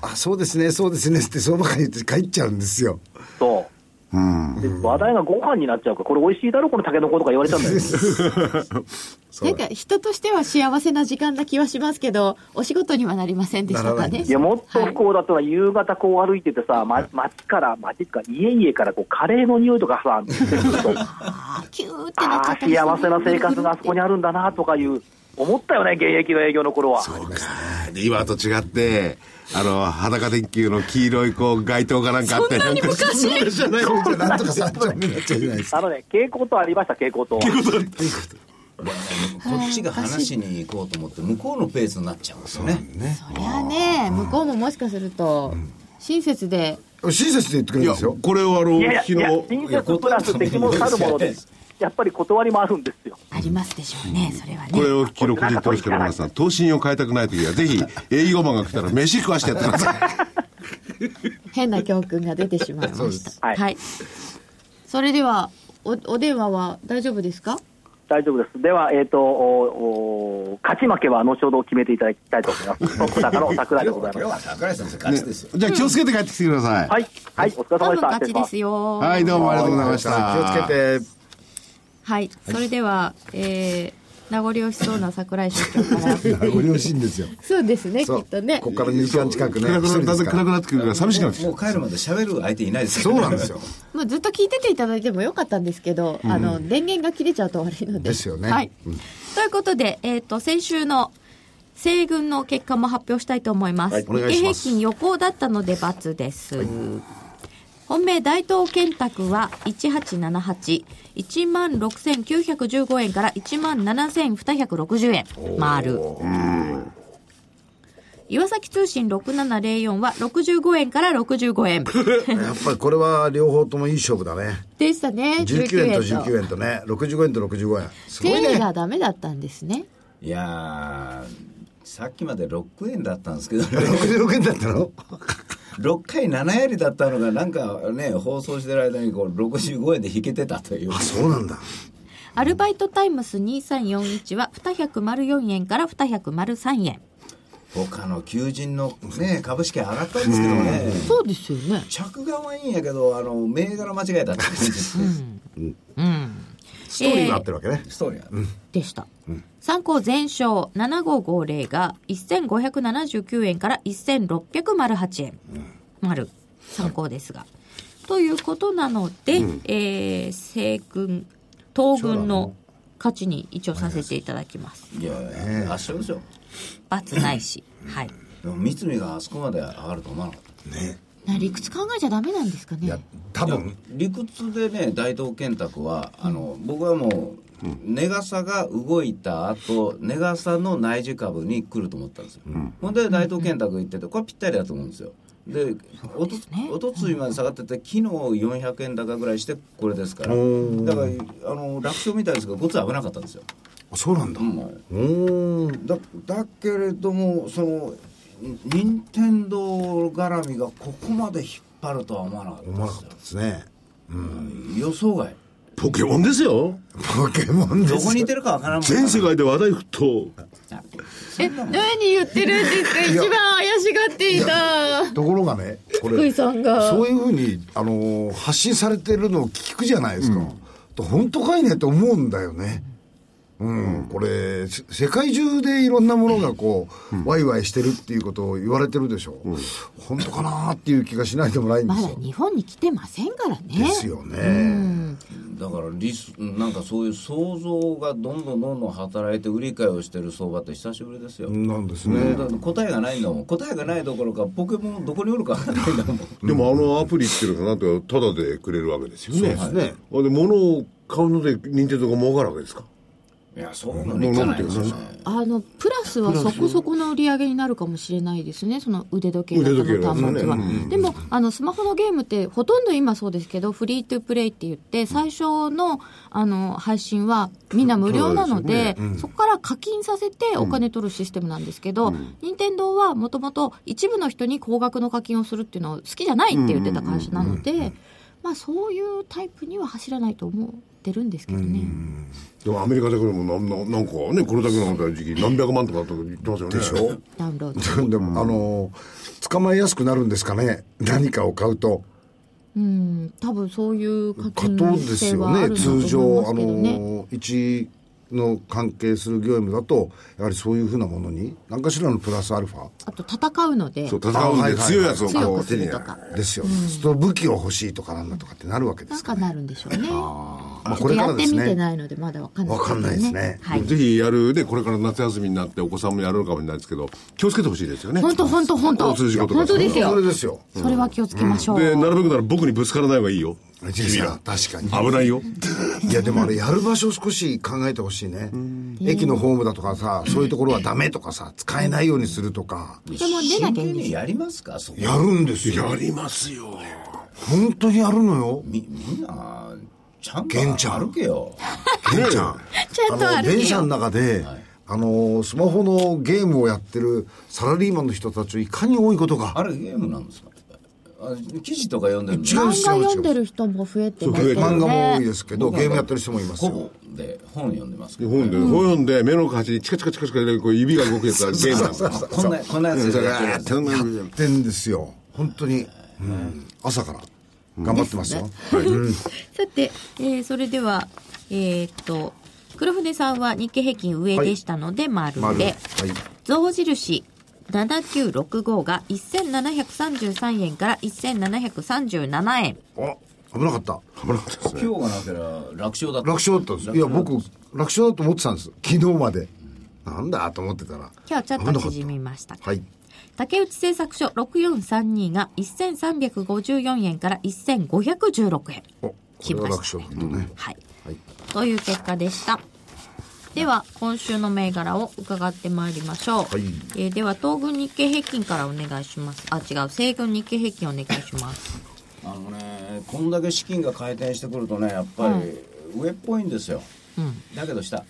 Speaker 2: あ、そうですね、そうですねって、そうばっかり言って帰っちゃうんですよ。
Speaker 4: そう、で話題がご飯になっちゃうから、これ、美味しいだろ、このタケノコとか言われちゃうんだよね。
Speaker 1: なんか人としては幸せな時間な気はしますけどお仕事にはなりませんでした
Speaker 2: な
Speaker 1: から
Speaker 2: ない
Speaker 1: ね
Speaker 4: いや、もっと不
Speaker 1: は
Speaker 4: 幸だったのは、夕方こう歩いててさ、ま、街から、街か、家々からこうカレーの匂いとか さ、
Speaker 1: あーキューってなっちゃった
Speaker 4: ああ、
Speaker 1: りして
Speaker 4: 幸せな生活があそこにあるんだなとかいう、思ったよね、現役の営業の頃は。
Speaker 3: そうか。で、今と違って、あの、裸電球の黄色いこう、街灯かなんかあって、なんか、そんなじゃない。
Speaker 2: じゃあなんとか三丁目になっちゃうじゃないですか。
Speaker 4: あのね、蛍光灯ありました、蛍光灯は。
Speaker 5: こっちが話しに行こうと思って向こうのペースになっちゃうんですよね
Speaker 1: いやね向こうももしかすると親切で
Speaker 2: 親切で言ってくれる
Speaker 6: い
Speaker 2: ん
Speaker 6: や
Speaker 2: ですよ、。
Speaker 6: これはあの、
Speaker 4: いやいや、
Speaker 6: 昨
Speaker 4: いや
Speaker 6: 日、
Speaker 4: 親切プラス敵も去るもので、やっぱり断りもあるんですよ。
Speaker 1: ありますでしょうねそれはね
Speaker 6: これを記録に取りしてもらいますが、答申を変えたくないときは、ぜひ、営業マンが来たら、飯食わしてやってください。
Speaker 1: 変な教訓が出てしまいました
Speaker 4: はい
Speaker 1: それではおお電話は大丈夫ですか
Speaker 4: 大丈夫です。では、えっ、とおお、勝ち負けは後ほど決めていただきたいと思います。徳高の桜井でござい
Speaker 5: これ
Speaker 4: ます。
Speaker 5: は桜井先生勝ちですよ、
Speaker 3: じゃあ気をつけて帰ってきてください。
Speaker 4: はい、はい、お疲れ
Speaker 1: 多
Speaker 4: 様で
Speaker 1: 分
Speaker 4: した。
Speaker 1: 勝ちですよ
Speaker 3: はい、どうもありがとうございました。
Speaker 2: 気をつけて。
Speaker 1: はい、それでは、えー、名残惜しそうな桜井所長から
Speaker 2: 名残惜しいんですよ。
Speaker 1: そうですねき
Speaker 2: そう
Speaker 1: っとね
Speaker 2: ここから2時間近くね。
Speaker 6: 暗く
Speaker 2: 一人
Speaker 6: な
Speaker 2: で
Speaker 6: だん
Speaker 2: す
Speaker 6: だん
Speaker 2: か
Speaker 6: 暗
Speaker 2: ら
Speaker 6: くなってくるから、寂しくなってきて
Speaker 5: もう帰るまで喋る相手いないです
Speaker 2: そうなん
Speaker 5: で
Speaker 2: ですよ。
Speaker 1: もうずっと聞いてていただいてもよかったんですけど、あの電源が切れちゃうと悪いので。
Speaker 2: ですよね
Speaker 1: はい、ということで、えー、と先週の西軍の結果も発表したいと思います。
Speaker 3: はいお願い
Speaker 1: 日
Speaker 3: しま
Speaker 1: 経平
Speaker 3: す
Speaker 1: 均横だったので×です。本命大東建託は1878、1万6915円から1万7260円、丸。岩崎通信6704は65円から65円。
Speaker 2: やっぱりこれは両方ともいい勝負だね。
Speaker 1: でしたね、
Speaker 2: 19
Speaker 1: 19円
Speaker 2: 円と
Speaker 1: と。
Speaker 2: 19円とね、65円と65円。
Speaker 1: 定理がダメだったんですね。
Speaker 5: いやーさっきまで6円だったんですけど、 ね、
Speaker 2: 66円だったの
Speaker 5: 6回7やりだったのがなんかね放送してる間にこう65円で引けてたという
Speaker 2: あ、そうなんだ。
Speaker 1: アルバイトタイムス2341は204円から203円。
Speaker 5: 他の求人のね株式上がったんですけどね、
Speaker 1: そうですよね。
Speaker 5: 着眼はいいんやけどあの銘柄間違えたって感じです
Speaker 2: ストーリーが合ってるわけね。
Speaker 5: ストーリーは
Speaker 1: でした。参考全勝7550が1579円から1608円。丸。参考ですが。ということなので、えー、西軍、東軍の勝ちに一応させていただきます。
Speaker 5: いやいや圧勝でしょ
Speaker 1: 罰ないし。はい。
Speaker 5: でも三井があそこまで上がると思わなかった
Speaker 1: な理屈考えちゃダメなんですかね。
Speaker 2: 多分、
Speaker 5: 理屈でね大東建託はあの僕はもう値傘が動いた後値傘の内需株に来ると思ったんですよ、ほんで大東建託行っててこれぴったりだと思うんですよでおとおとついまで下がってて昨日400円高ぐらいしてこれですからだからあの楽勝みたいですがごつい危なかったんですよ
Speaker 2: あそうなんだ。
Speaker 5: だだけれどもその任天堂絡みがここまで引っ張るとは思わなかった
Speaker 2: うま
Speaker 5: で
Speaker 2: かっ
Speaker 5: す
Speaker 2: た
Speaker 5: よ
Speaker 2: ですね。
Speaker 5: 予想外
Speaker 6: ポケモンですよ。
Speaker 2: ポケモン
Speaker 5: ど
Speaker 2: です
Speaker 5: こにいてるかわからんもん
Speaker 6: 全世界で話題沸騰。
Speaker 1: え、何言ってるんですか一番怪しがっていた。
Speaker 2: ところがね、こ
Speaker 1: 福
Speaker 2: れ、
Speaker 1: 井
Speaker 2: そ
Speaker 1: さんが。
Speaker 2: ういうふうに、あのー発信されてるのを聞くじゃないですか。と本当かいねって思うんだよね。うん、これ、せ世界中でいろんなものがこう、ワイワイしてるっていうことを言われてるでしょ。本当かなーっていう気がしないでもないんで
Speaker 1: ますだ
Speaker 2: よ。
Speaker 1: 日本に来てませんからね。
Speaker 2: ですよね。
Speaker 5: だからリスなんかそういう想像がどんどんどんどん働いて売り買いをしてる相場って久しぶりですよ、
Speaker 2: なんですね。
Speaker 5: だから答えがないんだもん答えがないどころかポケモンどこにおるかわからないんだもん
Speaker 6: でもあのアプリっていうのかなんとか、タダでくれるわけですよね。
Speaker 2: そうですね
Speaker 6: あで、物を買うので、任天堂が儲かるわけですか。
Speaker 5: いやそうなのいかないですよね
Speaker 1: あのプラスはそこそこの売り上げになるかもしれないですね、その腕時計型
Speaker 6: 腕時計
Speaker 1: の
Speaker 6: 型
Speaker 1: 端
Speaker 6: ね
Speaker 1: 末は。でもあの、スマホのゲームって、ほとんど今そうですけど、フリートゥープレイって言って、最初のあの配信はみんな無料なので、そこから課金させてお金取るシステムなんですけど、任天堂はもともと一部の人に高額の課金をするっていうのを好きじゃないって言ってた会社なので、まあ、そういうタイプには走らないと思ってるんですけどね。
Speaker 6: でもアメリカだけでもなんなんなんかねこれだけの時期何百万とかとか言ってますよねでしょ
Speaker 1: ダウンロード
Speaker 2: でも、あのー捕まえやすくなるんですかね何かを買うと
Speaker 1: うん、多分そういう課
Speaker 2: 加
Speaker 1: 金
Speaker 2: 藤です
Speaker 1: 制
Speaker 2: よ
Speaker 1: はあ
Speaker 2: ね
Speaker 1: るんだと
Speaker 2: 通
Speaker 1: 思いますけどね。
Speaker 2: 常あのー一の関係する業務だとやはりそういうふうなものに何かしらのプラスアルファ
Speaker 1: あと戦うので
Speaker 6: そう戦うんで強いやつを
Speaker 1: 強
Speaker 6: こ
Speaker 1: く
Speaker 6: う
Speaker 1: す
Speaker 6: 手に
Speaker 1: る
Speaker 6: 入れ
Speaker 1: と
Speaker 6: る
Speaker 1: か、
Speaker 2: ですよね、そう武器を欲しいとかなんだとかってなるわけで
Speaker 1: なん
Speaker 2: すか
Speaker 1: かなるんでしょうね。ちょ
Speaker 2: まあ
Speaker 1: っとやってみてないのでまだわかんない、
Speaker 2: わかんないですね
Speaker 1: はい。
Speaker 6: ぜひやるねこれから夏休みになってお子さんもやるのかもしれないですけど気をつけてほしいですよね
Speaker 1: 本当本当本当。
Speaker 6: 交通事故とか
Speaker 1: 本当です
Speaker 2: そ
Speaker 1: よ
Speaker 2: れ。ですよ
Speaker 1: それは気をつけましょう。
Speaker 6: でなるべくなら僕にぶつからない方がいいよ
Speaker 2: いや確かに
Speaker 6: 危ないよ
Speaker 2: いやでもあれやる場所を少し考えてほしいね駅のホームだとかさそういうところはダメとかさ使えないようにするとか
Speaker 5: で
Speaker 1: も出なきゃいいんですよ
Speaker 5: やりますかそこ
Speaker 2: やるんですよ
Speaker 6: やりますよ
Speaker 2: 本当にやるのよ
Speaker 5: みみんなちゃん
Speaker 2: 玄ち
Speaker 5: と
Speaker 2: ゃん
Speaker 5: 歩けよ
Speaker 2: ケンちゃん
Speaker 1: ちゃんと歩
Speaker 2: あの
Speaker 1: けよ
Speaker 2: 電車の中で、あのスマホのゲームをやってるサラリーマンの人たちをいかに多いことが
Speaker 5: あれゲームなんですかあ記事とか読んでるの
Speaker 2: 違
Speaker 1: 漫
Speaker 2: う
Speaker 1: 画読んで
Speaker 2: 違う
Speaker 1: る人も増えてますけどね。
Speaker 2: 漫画も多いですけどゲームやってる人もいます
Speaker 5: ほ
Speaker 2: よ
Speaker 5: ぼで本読んでますけど
Speaker 6: 本で、本読んで目の形にチカチカチカチカでこう指が動くやつはゲームなんですよ
Speaker 5: こんなこんなやつでやってるやつ
Speaker 6: それが
Speaker 2: やってんですよ本当に、うん朝から頑張ってますよ、
Speaker 1: さて、えーそれでは、えーっと、黒船さんは日経平均上でしたので、 丸で。
Speaker 2: 丸はい
Speaker 1: 象印7965が1733円から1737円。
Speaker 2: あ危なかった
Speaker 6: 危なかったですね
Speaker 5: 今日がなければ楽勝だった
Speaker 2: 楽勝だったんですいや僕楽勝だと思ってたんです昨日までなんだと思ってたら
Speaker 1: 今日ちょっ
Speaker 2: 危な
Speaker 1: と
Speaker 2: かた
Speaker 1: 縮みました。
Speaker 2: はい
Speaker 1: 竹内製作所6432が1354円から1516円。
Speaker 2: おこれは楽勝だったね、
Speaker 1: はい。
Speaker 2: はい
Speaker 1: という結果でした。では、今週の銘柄を伺ってまいりましょう。
Speaker 2: はい
Speaker 1: えーでは、東軍日経平均からお願いします。あ、違う、西軍日経平均お願いします。
Speaker 5: あのねこんだけ資金が回転してくるとねやっぱり上っぽいんですよ、だけど下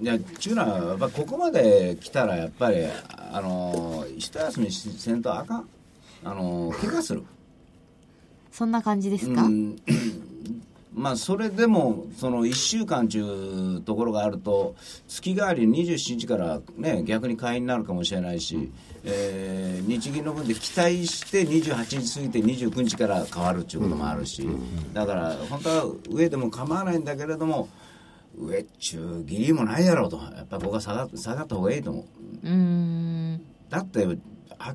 Speaker 5: いやちゅうのはやっぱここまで来たらやっぱりあの一休みしせんとあかんあの怪我する
Speaker 1: そんな感じですか、
Speaker 5: うん まあそれでもその1週間ちゅうところがあると月替わり27日から、ね、逆に会員になるかもしれないし、えー日銀の分で期待して28日過ぎて29日から変わるということもあるし、だから本当は上でも構わないんだけれども上っちゅう義理もないやろうとやっぱり僕は下が下がった方がいいと思う。だって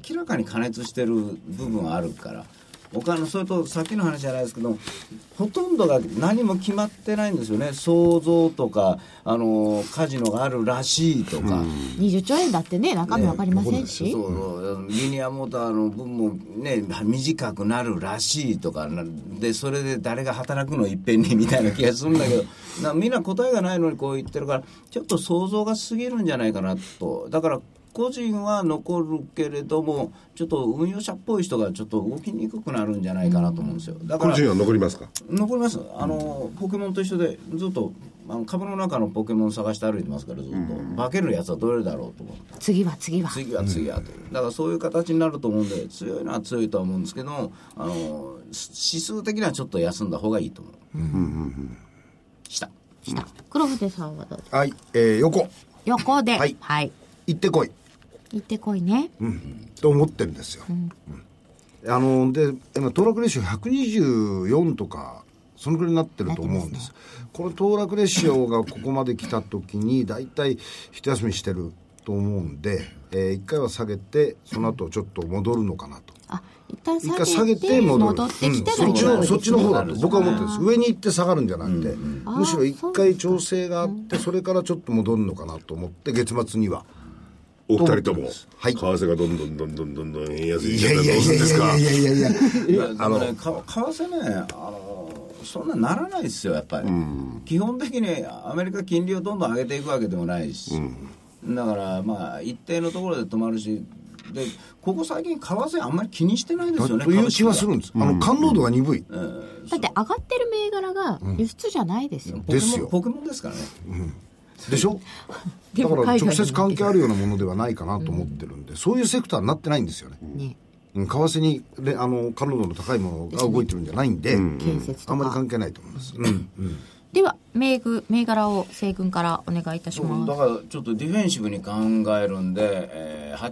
Speaker 5: 明らかに加熱してる部分はあるから他のそれとさっきの話じゃないですけどほとんどが何も決まってないんですよね想像とかあのカジノがあるらしいとか、
Speaker 1: 20兆円だってね、中身わかりませんし。
Speaker 5: そうそうリニアモーターの分もね短くなるらしいとかなでそれで誰が働くのいっぺんにみたいな気がするんだけどなみんな答えがないのにこう言ってるからちょっと想像が過ぎるんじゃないかなとだから個人は残るけれどもちょっと運用者っぽい人がちょっと動きにくくなるんじゃないかなと思うんですよだか
Speaker 6: 個
Speaker 5: ら
Speaker 6: 人は残りますか
Speaker 5: 残りますあの、ポケモンと一緒でずっとあの株の中のポケモン探して歩いてますからずっと、化けるやつはどれだろうと思って。
Speaker 1: 次は次は。
Speaker 5: 次は次はという、だからそういう形になると思うんで強いのは強いとは思うんですけどあのす指数的にはちょっと休んだ方がいいと思う、した
Speaker 1: した黒船さんはどうぞ
Speaker 2: はいえー横
Speaker 1: 横で。は
Speaker 2: はいい。行ってこい
Speaker 1: 行ってこいね。
Speaker 2: と思ってるんですよ、うんあので今騰落レシオ124とかそのくらいになってると思うんですこの騰落レシオがここまで来た時に大体一休みしてると思うんで、えー一回は下げてその後ちょっと戻るのかなと
Speaker 1: あ、一旦
Speaker 2: 一回下
Speaker 1: 下げ
Speaker 2: げ
Speaker 1: て
Speaker 2: て戻る
Speaker 1: 戻ってきて
Speaker 2: う
Speaker 1: の
Speaker 2: んそっちの
Speaker 1: 勢いですね
Speaker 2: そっちの方だと僕は思ってるんです上に行って下がるんじゃなくて、むしろ一回調整があってそれからちょっと戻るのかなと思って月末には
Speaker 6: お二人とも。
Speaker 2: はい
Speaker 6: 為替がどんどんどんどんどんどん円安に
Speaker 2: い
Speaker 6: な
Speaker 2: や
Speaker 6: っ
Speaker 2: いやい
Speaker 6: たらど
Speaker 2: や
Speaker 6: う
Speaker 2: い
Speaker 6: す
Speaker 2: やい
Speaker 6: るんですか
Speaker 2: やいやいや
Speaker 5: いやでもねか為替ねあのそんなならないですよやっぱり、基本的にアメリカ金利をどんどん上げていくわけでもないし、だからまあ一定のところで止まるしでここ最近為替あんまり気にしてないですよね
Speaker 2: という
Speaker 5: 株式
Speaker 2: 気
Speaker 5: が
Speaker 2: はするんです。あの、感動度が鈍い。
Speaker 1: だって上がってる銘柄が輸出じゃないですよ、
Speaker 5: ポケモ
Speaker 2: で
Speaker 5: ン
Speaker 2: すよ
Speaker 5: ポケモンですからね
Speaker 2: でしょ
Speaker 1: で
Speaker 2: だか
Speaker 1: も
Speaker 2: ら
Speaker 1: 海
Speaker 2: 直
Speaker 1: 外に
Speaker 2: 接関係あるようなものではないかなと思ってるんで、そういうセクターになってないんですよね。
Speaker 1: ね
Speaker 2: うん為替にれあの感度の高いものが動いてるんじゃないんで、
Speaker 1: 建設とか
Speaker 2: あんまり関係ないと思います。うん
Speaker 1: では銘具銘柄を西軍からお願いいたし
Speaker 5: そう
Speaker 1: ます
Speaker 5: だからちょっとディフェンシブに考えるんで、えー、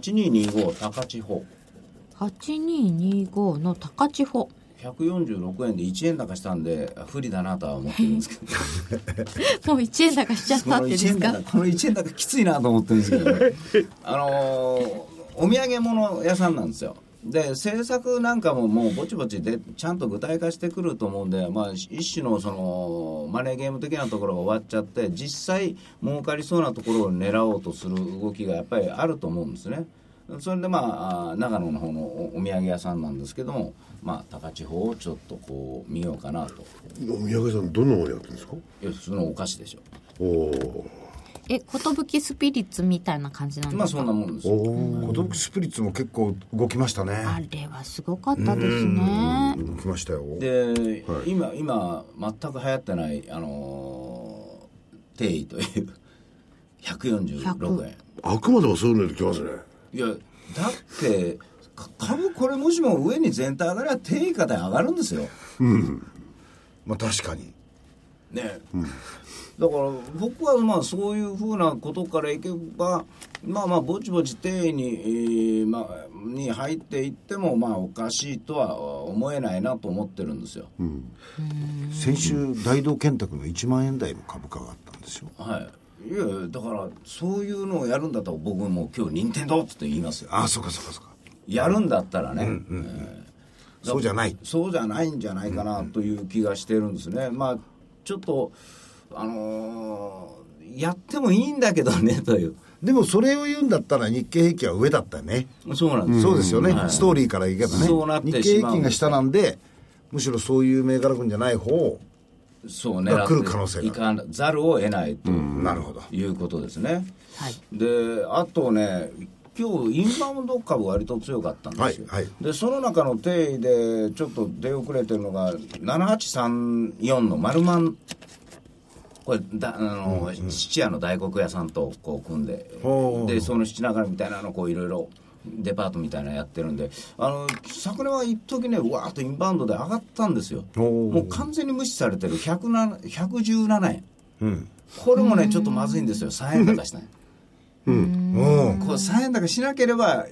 Speaker 5: 8225高千穂
Speaker 1: 8225の高千穂
Speaker 5: 146円で1円高したんで不利だなとは思ってるんですけど
Speaker 1: もう1円高しちゃっ
Speaker 5: こ
Speaker 1: たっ
Speaker 5: の
Speaker 1: てで
Speaker 5: 1
Speaker 1: す
Speaker 5: 円
Speaker 1: か
Speaker 5: 高この1円高きついなと思ってるんですけど ねあのーお土産物屋さんなんですよで制作なんかももうぼちぼちでちゃんと具体化してくると思うんで、まあ、一種のそのマネーゲーム的なところが終わっちゃって実際儲かりそうなところを狙おうとする動きがやっぱりあると思うんですねそれでまああー長野の方のおお土産屋さんなんですけども、まあ、高千穂をちょっとこう見ようかなと
Speaker 6: お宮家さん、どんなものやってるんですか
Speaker 5: いや普通のお菓子でしょ
Speaker 6: おお
Speaker 1: え寿スピリッツみたいな感じなんですか、
Speaker 5: まあそんなもんですよ
Speaker 2: 孤独スピリッツも結構動きましたね。
Speaker 1: あれはすごかったですね
Speaker 2: 動きましたよ。
Speaker 5: で、今今全く流行ってないあのー定位という146円
Speaker 6: あくまでもそういうのできますね。
Speaker 5: いやだってか株これもしも上に全体上がりゃ定位価で上がるんですよ
Speaker 2: まあ確かに。
Speaker 5: ね、だから僕はまあそういうふうなことからいけばまあまあぼちぼち定位に,、えーまあ、に入っていってもまあおかしいとは思えないなと思ってるんですよ、
Speaker 2: 先週、大道建託の1万円台の株価があったんですよ。
Speaker 5: はい。いやだからそういうのをやるんだったら僕もう今日任天堂って言いますよ
Speaker 2: ああ、そうかそうかそうか。
Speaker 5: やるんだったらね、
Speaker 2: そうじゃない。
Speaker 5: そうじゃないんじゃないかなという気がしてるんですね、まあちょっとあのーやってもいいんだけどねという
Speaker 2: でもそれを言うんだったら日経平均は上だったよね。
Speaker 5: そうなんです、
Speaker 2: そうですよね、
Speaker 5: はい
Speaker 2: ストーリーからいけばね
Speaker 5: そうなってしまう
Speaker 2: 日
Speaker 5: んですよ
Speaker 2: 経平均が下なんでむしろそういう銘柄君じゃない方を
Speaker 5: そう
Speaker 2: が
Speaker 5: 狙って
Speaker 2: 来る可能性が
Speaker 5: いかざるを得ないと
Speaker 2: なるほど
Speaker 5: いうことですね、
Speaker 1: はい
Speaker 5: であとね今日インバウンド株割と強かったんですよ、
Speaker 2: はいはい
Speaker 5: でその中の定位でちょっと出遅れてるのが7834の丸マンこれだあの、質屋の大黒屋さんとこう組んで
Speaker 2: ほう
Speaker 5: でその七流れみたいなのをこういろいろデパートみたいなのやってるんであの昨年は一時ねうわーっとインバウンドで上がったんですよ
Speaker 2: おー
Speaker 5: もう完全に無視されてる107 117円、これもねちょっとまずいんですよ3円高したね
Speaker 2: うん
Speaker 5: こう3円高しなければ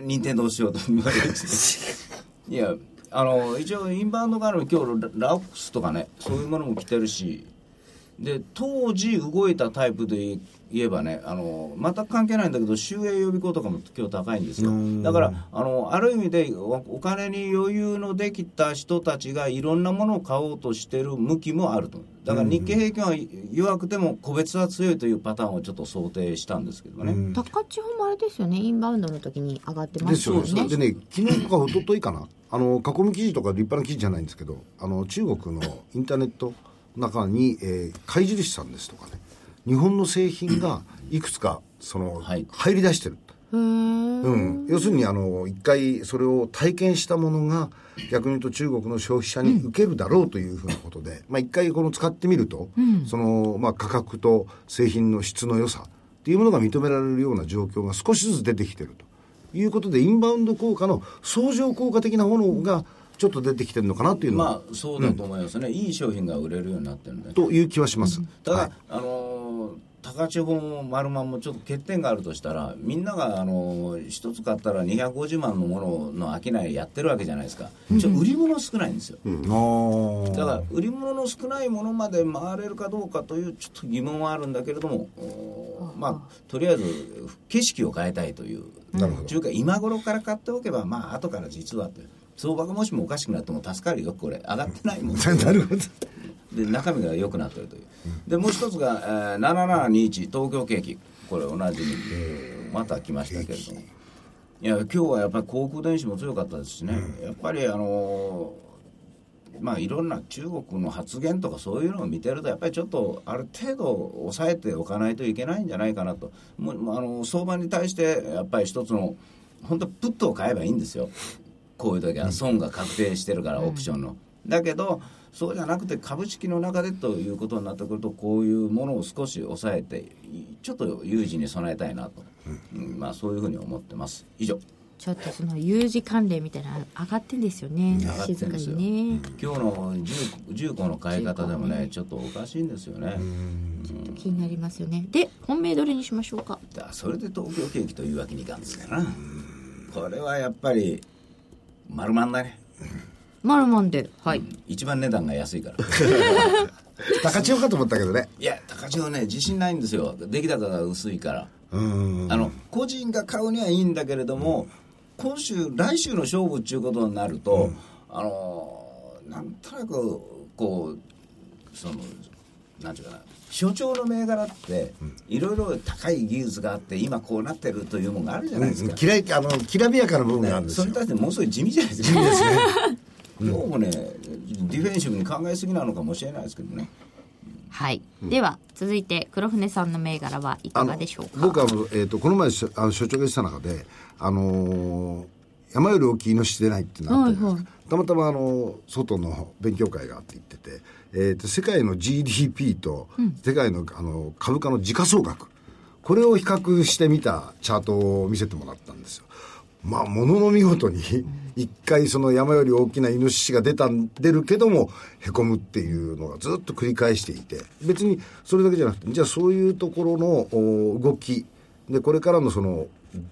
Speaker 5: 任天堂しようと言われるんですけどいやあの一応インバウンドがある今日ララオックスとかねそういうものも来てるしで当時動いたタイプで言えばねあの全く関係ないんだけど収益予備校とかも今日高いんですよだからあのある意味でおお金に余裕のできた人たちがいろんなものを買おうとしてる向きもあるとだから日経平均は弱くても個別は強いというパターンをちょっと想定したんですけどね、
Speaker 1: 高千穂もあれですよねインバウンドの時に上がってま
Speaker 2: ですす
Speaker 1: よ
Speaker 2: よ
Speaker 1: ね
Speaker 2: ねでね昨日か一昨日かなあの囲み記事とか立派な記事じゃないんですけどあの中国のインターネットの中に、えー貝印さんですとかね日本の製品がいくつかその、
Speaker 5: はい
Speaker 2: 入り出してる
Speaker 1: へー
Speaker 2: うん、要するにあの一回それを体験したものが逆に言うと中国の消費者に受けるだろうというふうなことで、まあ、一回この使ってみると、そのまあ、価格と製品の質の良さっていうものが認められるような状況が少しずつ出てきてるということでインバウンド効果の相乗効果的なものがちょっと出てきてるのかなというのは、
Speaker 5: まあそうだと思いますね、いい商品が売れるようになってるんで
Speaker 2: という気はします。
Speaker 5: ただ、
Speaker 2: はい
Speaker 5: あのー高千穂も丸マンもちょっと欠点があるとしたらみんなが、あのー一つ買ったら250万のものの商いやってるわけじゃないですか、ちょ売り物少ないんですよ、
Speaker 2: あー
Speaker 5: だから売り物の少ないものまで回れるかどうかというちょっと疑問はあるんだけれどもおーまあとりあえず景色を変えたいというというか今頃から買っておけばまあ後から実はって相場がもしもおかしくなっても助かるよこれ上がってないも ん
Speaker 2: なるほど
Speaker 5: で中身が良くなってるというでもう一つが、えー、7721東京景気これ同じに、えーまた来ましたけれども。いや今日はやっぱり航空電子も強かったですしね、やっぱりあのまあいろんな中国の発言とかそういうのを見てるとやっぱりちょっとある程度抑えておかないといけないんじゃないかなともうもうあの相場に対してやっぱり一つの本当プットを買えばいいんですよこういう時は損が確定してるからオプションの。だけどそうじゃなくて株式の中でということになってくるとこういうものを少し抑えてちょっと有事に備えたいなと、うんまあ、そういうふうに思ってます以上。
Speaker 1: ちょっとその U 字関連みたいなの上がってんですよね
Speaker 5: 上がって
Speaker 1: 静
Speaker 5: ん
Speaker 1: か
Speaker 5: ですよ
Speaker 1: にね、
Speaker 5: 今日の10 10個の買い方でもねちょっとおかしいんですよね
Speaker 1: 気になりますよねで本命どれにしましょうか
Speaker 5: だそれで東京景気というわけにいかんですからなこれはやっぱり丸まんだね
Speaker 1: マルマンではい、
Speaker 5: 一番値段が安いから
Speaker 2: 高千代かと思ったけどね。
Speaker 5: いや高千穂ね自信ないんですよ出来高が薄いからあの個人が買うにはいいんだけれども、今週来週の勝負っていうことになると、あのなんとなくこうそのなんていうかな所長の銘柄って、いろいろ高い技術があって今こうなってるというものがあるじゃないですか、
Speaker 2: きらい、あの、きらびやかな部分があるんです
Speaker 5: それ
Speaker 2: よ
Speaker 5: に。対してものすごい地味じゃないですか地味ですね今日もねディフェンシブに考えすぎなのかもしれないですけどね
Speaker 1: はいでは続いて黒船さんの銘柄はいか
Speaker 2: あ
Speaker 1: が
Speaker 2: の
Speaker 1: でしょうか
Speaker 2: 僕はあの、えー、とこの前しょあの所長がした中で、あのー山より大きいのしてないっていうのあったじゃないですか、たまたまあの外の勉強会があって言ってて、えー、と世界の GDP と世界のあの株価の時価総額これを比較してみたチャートを見せてもらったんですよ。まあ、ものの見事に、一回その山より大きなイノシシが出たん、出るけども、へこむっていうのがずっと繰り返していて、別にそれだけじゃなくて、じゃあそういうところのお動き、で、これからのその、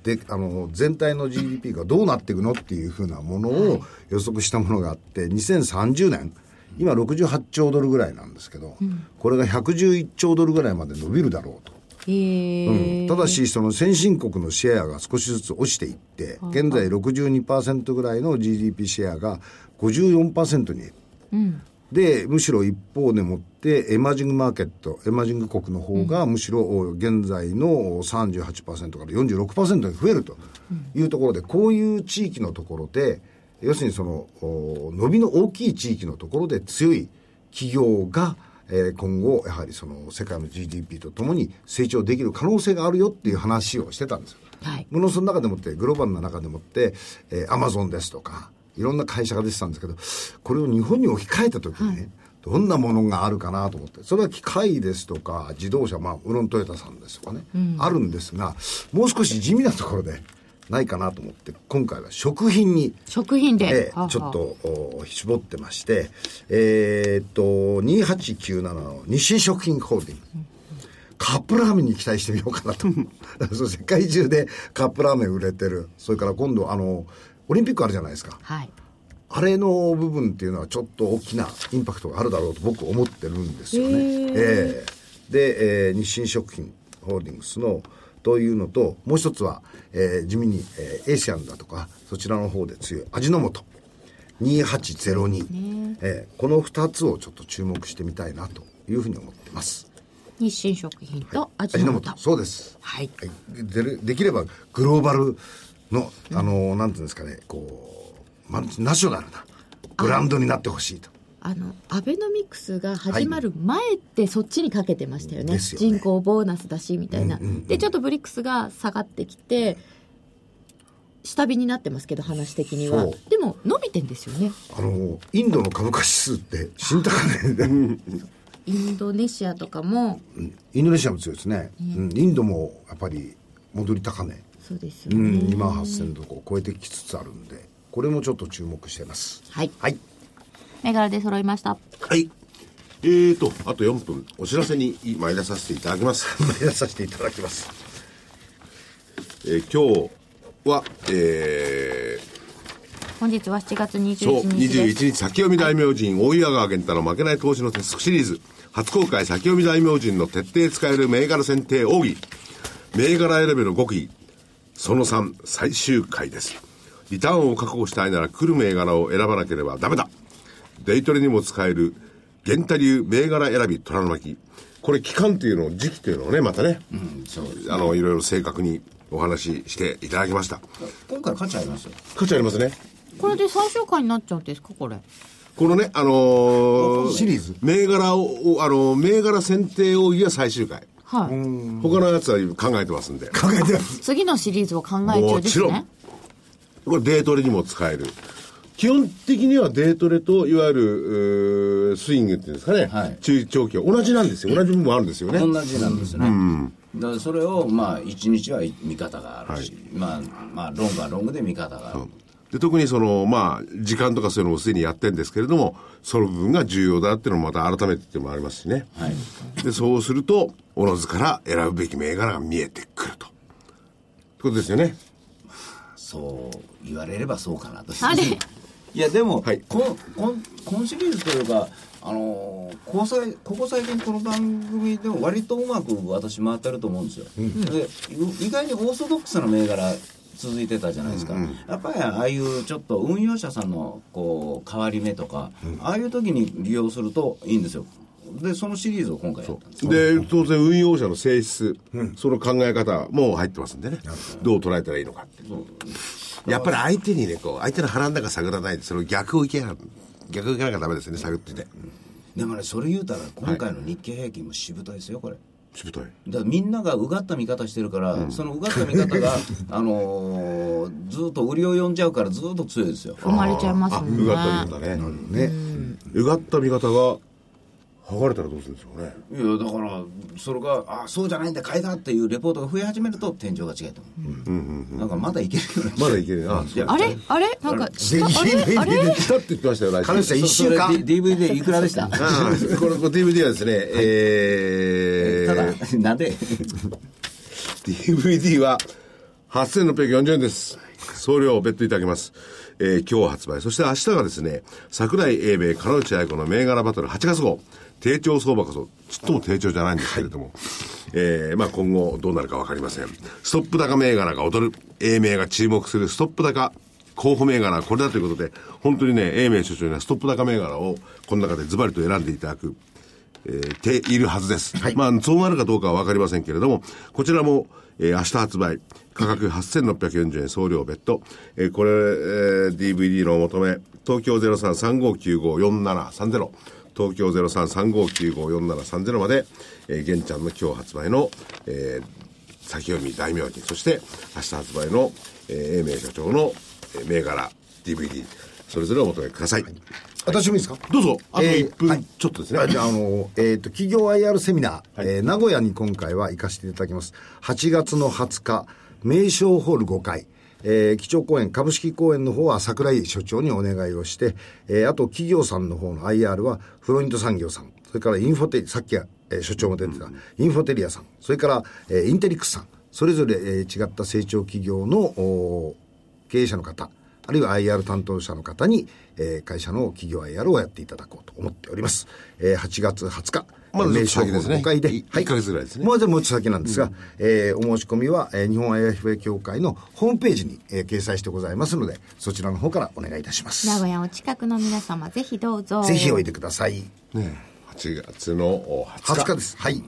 Speaker 2: で、あの、全体の GDP がどうなっていくのっていうふうなものを予測したものがあって、2030年、今68兆ドルぐらいなんですけど、これが111兆ドルぐらいまで伸びるだろうと。
Speaker 1: えー
Speaker 2: うんただし、その先進国のシェアが少しずつ落ちていって、現在62%ぐらいの GDP シェアが54%に、で、むしろ一方でもって、エマージングマーケット、エマージング国の方が、むしろお現在のお38%から46%に増えるというところで、こういう地域のところで、要するにその、お伸びの大きい地域のところで強い企業が、えー今後、やはりその世界の GDP とともに成長できる可能性があるよっていう話をしてたんですよ。
Speaker 1: はい
Speaker 2: ものその中でもって、グローバルな中でもって、えー、アマゾンですとか、いろんな会社が出てたんですけど、これを日本に置き換えた時にね、どんなものがあるかなと思って、それは機械ですとか、自動車、まあ、ウロントヨタさんですとかね、あるんですが、もう少し地味なところで、ないかなと思って、今回は食品に、
Speaker 1: 食品で
Speaker 2: え、え
Speaker 1: はは
Speaker 2: ちょっとお絞ってまして、えーっと、2897の日清食品ホールディング。カップラーメンに期待してみようか なと。そう世界中でカップラーメン売れてる。それから今度、あの、オリンピックあるじゃないですか。
Speaker 1: はい
Speaker 2: あれの部分っていうのはちょっと大きなインパクトがあるだろうと僕思ってるんですよね。ええで、えー日清食品ホールディングスのというのと、もう一つは、えー地味に、えーエイシアンだとか、そちらの方で強い味の素2802、えーこの2つをちょっと注目してみたいなというふうに思ってます。
Speaker 1: 日清食品と味
Speaker 2: 味
Speaker 1: の
Speaker 2: の
Speaker 1: 素、
Speaker 2: 素。そうです。
Speaker 1: はい
Speaker 2: はいでれできればグローバルの、あの、なんていうんですかね、こう、マルチナショナルなブランドになってほしいと。
Speaker 1: あのアベノミクスが始まる前ってそっちにかけてましたよね,、
Speaker 2: ですよね
Speaker 1: 人口ボーナスだしみたいな、でちょっとブリックスが下がってきて下火になってますけど話的には
Speaker 2: そう
Speaker 1: でも伸びてんですよね
Speaker 2: あの、インドの株価指数って新高値で、
Speaker 1: インドネシアとかも
Speaker 2: インドネシアも強いですね。うん、インドもやっぱり戻り高値、
Speaker 1: そうですよ
Speaker 2: う
Speaker 1: ね、
Speaker 2: ん、2万8000とこを超えてきつつあるんで、これもちょっと注目してます。
Speaker 1: はい
Speaker 2: はい。
Speaker 1: 銘柄で揃いました
Speaker 6: はい。えーと、あと4分、お知らせに参らさせていただき ます。
Speaker 2: 出させていただきます。
Speaker 6: えー今日は、えー、
Speaker 1: 本日は7月
Speaker 6: そう、
Speaker 1: 21日です
Speaker 6: 21日、先読み大名人、大岩川源太の負けない投資の鉄則シリーズ、初公開先読み大名人の徹底使える銘柄選定奥義、銘柄選びの極意、その3、最終回です。リターンを確保したいなら来る銘柄を選ばなければダメだ。デイトレにも使える、源太流銘柄選び虎の巻。これ、期間というのを、時期というのをね、またね、
Speaker 5: そう
Speaker 6: あの、いろいろ正確にお話ししていただきました。
Speaker 5: 今回価値ありますよ
Speaker 6: 価値ありますね。
Speaker 1: これで最終回になっちゃうんですかこれ
Speaker 6: このね、あのー
Speaker 2: シリーズ
Speaker 6: 銘柄を、あのー銘柄選定奥義は最終回。
Speaker 1: はい
Speaker 6: 他のやつは考えてますんで。
Speaker 2: 考えてます。
Speaker 1: 次のシリーズを考え中です
Speaker 6: もちろ
Speaker 1: ね
Speaker 6: んこれデートレにも使える。基本的にはデートレと、いわゆる、うースイングっていうんですかね。
Speaker 5: はい
Speaker 6: 中長期は同じなんですよ。同じ部分もあるんですよね。
Speaker 5: 同じなんですね、だからそれをまあ一日は見方があるし、まあまあロングはロングで見方がある、
Speaker 6: で特にその、まあ、時間とかそういうのもすでにやってるんですけれども、その部分が重要だっていうのもまた改めてっていうのもありますしね。
Speaker 5: はい
Speaker 6: で、そうすると、おのずから選ぶべき銘柄が見えてくると。ってことですよね。
Speaker 5: そう言われればそうかなと
Speaker 1: あれ
Speaker 5: いやでも、
Speaker 6: はい
Speaker 5: こんこん今シリーズというかあのーここさいここ最近この番組でも割とうまく私回ってると思うんですよ、で意外にオーソドックスな銘柄続いてたじゃないですか、やっぱりああいうちょっと運用者さんのこう変わり目とか、ああいう時に利用するといいんですよでそのシリーズを今回やったんです
Speaker 6: で、当然運用者の性質、その考え方も入ってますんでね。どう捉えたらいいのかってやっぱり相手にね、こう、相手の腹の中探らないで、その逆をいけな、逆をいけなきゃダメですよね、探ってて。
Speaker 5: でもねそれ言うたら今回の日経平均もしぶといですよこれ
Speaker 6: しぶとい。
Speaker 5: だからみんながうがった見方してるから、そのうがった見方 が、あのーずっと売りを呼んじゃうからずっと強いですよ
Speaker 1: 生まれちゃいます
Speaker 6: あ、
Speaker 1: も
Speaker 6: うんがった
Speaker 1: ね
Speaker 6: 見方ね。
Speaker 2: ね。
Speaker 6: うがった見方が、剥がれたらどうするんでしょうね。
Speaker 5: いやだからそれがあそうじゃないんだ買いだっていうレポートが増え始めると天井が違いと思うなんかまだいけるよ ね
Speaker 6: まだいけるな。いや、
Speaker 1: あれあれなんか下あれあれ
Speaker 6: 来たって言ってましたよ、来週。
Speaker 2: 彼氏は一
Speaker 5: そ
Speaker 2: 週
Speaker 5: れ
Speaker 2: 間。
Speaker 5: D- DVD いくらでした
Speaker 6: ああこのこの DVD はですね、え
Speaker 5: ただ
Speaker 6: ー、
Speaker 5: なんで
Speaker 6: DVD は8640円です。送料を別途いただきます。えー、今日発売。そして明日がですね、桜井英明、金内愛子の銘柄バトル8月号。低調相場こそ、ちっとも低調じゃないんですけれども、えーまあ今後どうなるかわかりません。ストップ高銘柄が踊る。英明が注目するストップ高。候補銘柄はこれだということで、本当にね、英明所長にはストップ高銘柄をこの中でズバリと選んでいただく。えーているはずです。まあ、そうなるかどうかは分かりませんけれども、こちらも、えー明日発売、価格8640円、送料別途。えーこれ、えー DVD のお求め、東京0335954730。東京0335954730まで、えー、玄ちゃんの今日発売の、えー先読み大名記、そして明日発売の、えー、英明社長の、えー銘柄 DVD、それぞれお求めください。
Speaker 2: 私もいいですか
Speaker 6: どうぞ、あと
Speaker 2: えー
Speaker 6: 1
Speaker 2: はい
Speaker 6: 分ちょっとですね。
Speaker 2: あじゃあ、あの、えっ、と、企業 IR セミナー、えー名古屋に今回は行かせていただきます。8月の20日、名称ホール5回、えー基調講演、株式講演の方は桜井所長にお願いをして、えーあと企業さんの方の IR はフロイント産業さん、それからインフォテリ、さっきは、えー所長も出てた、インフォテリアさん、それから、えーインテリックスさん、それぞれ、えー違った成長企業の、おー経営者の方、あるいは IR 担当者の方に、えー会社の企業 IR をやっていただこうと思っております。えー8月20日、
Speaker 6: まだちょっと
Speaker 2: 称
Speaker 6: 先ですね
Speaker 2: 5回で、
Speaker 6: い一ヶ月ぐらいですね
Speaker 2: もうじゃあもうちょっと先なんですが、えーお申し込みは、えー日本 IFA 協会のホームページに、えー掲載してございますので、そちらの方からお願いいたします。
Speaker 1: 名古屋お近くの皆様ぜひどうぞ
Speaker 2: ぜひおいでください。
Speaker 6: ね8月の20
Speaker 2: 20
Speaker 6: 日
Speaker 2: 日です。はい。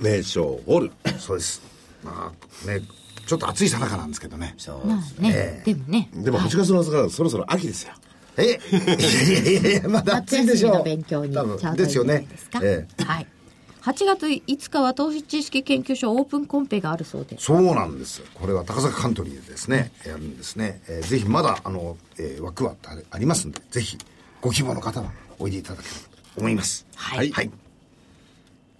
Speaker 6: 名称ホール
Speaker 2: そうです。まあ、ね、ちょっと暑いさなかなんですけどね。
Speaker 5: そう
Speaker 1: まあねでもね
Speaker 6: でも8月の20日だとそろそろ秋ですよ
Speaker 2: え いやいやいやまだ暑いでしょ
Speaker 1: 夏休み
Speaker 2: う。
Speaker 1: の勉強にちょ
Speaker 2: 多
Speaker 1: うどいいんじゃ
Speaker 2: 分
Speaker 1: ない
Speaker 2: で
Speaker 1: ですす
Speaker 2: よ
Speaker 1: か
Speaker 2: ね。ええ
Speaker 1: はい8月5日は投資知識研究所オープンコンペがあるそうです
Speaker 2: そうなんです。これは高坂カントリーでですね、やるんですね。えーぜひまだ、あの、えー枠はありありますんで、ぜひ、ご希望の方はおいでいただければと思います。
Speaker 1: はい
Speaker 2: はい。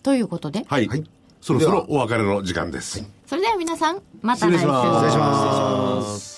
Speaker 1: ということで、
Speaker 6: はい、
Speaker 2: はい
Speaker 6: そろそろお別れの時間です、
Speaker 1: それでは皆さんまた来週
Speaker 6: 失礼します
Speaker 2: 失礼します。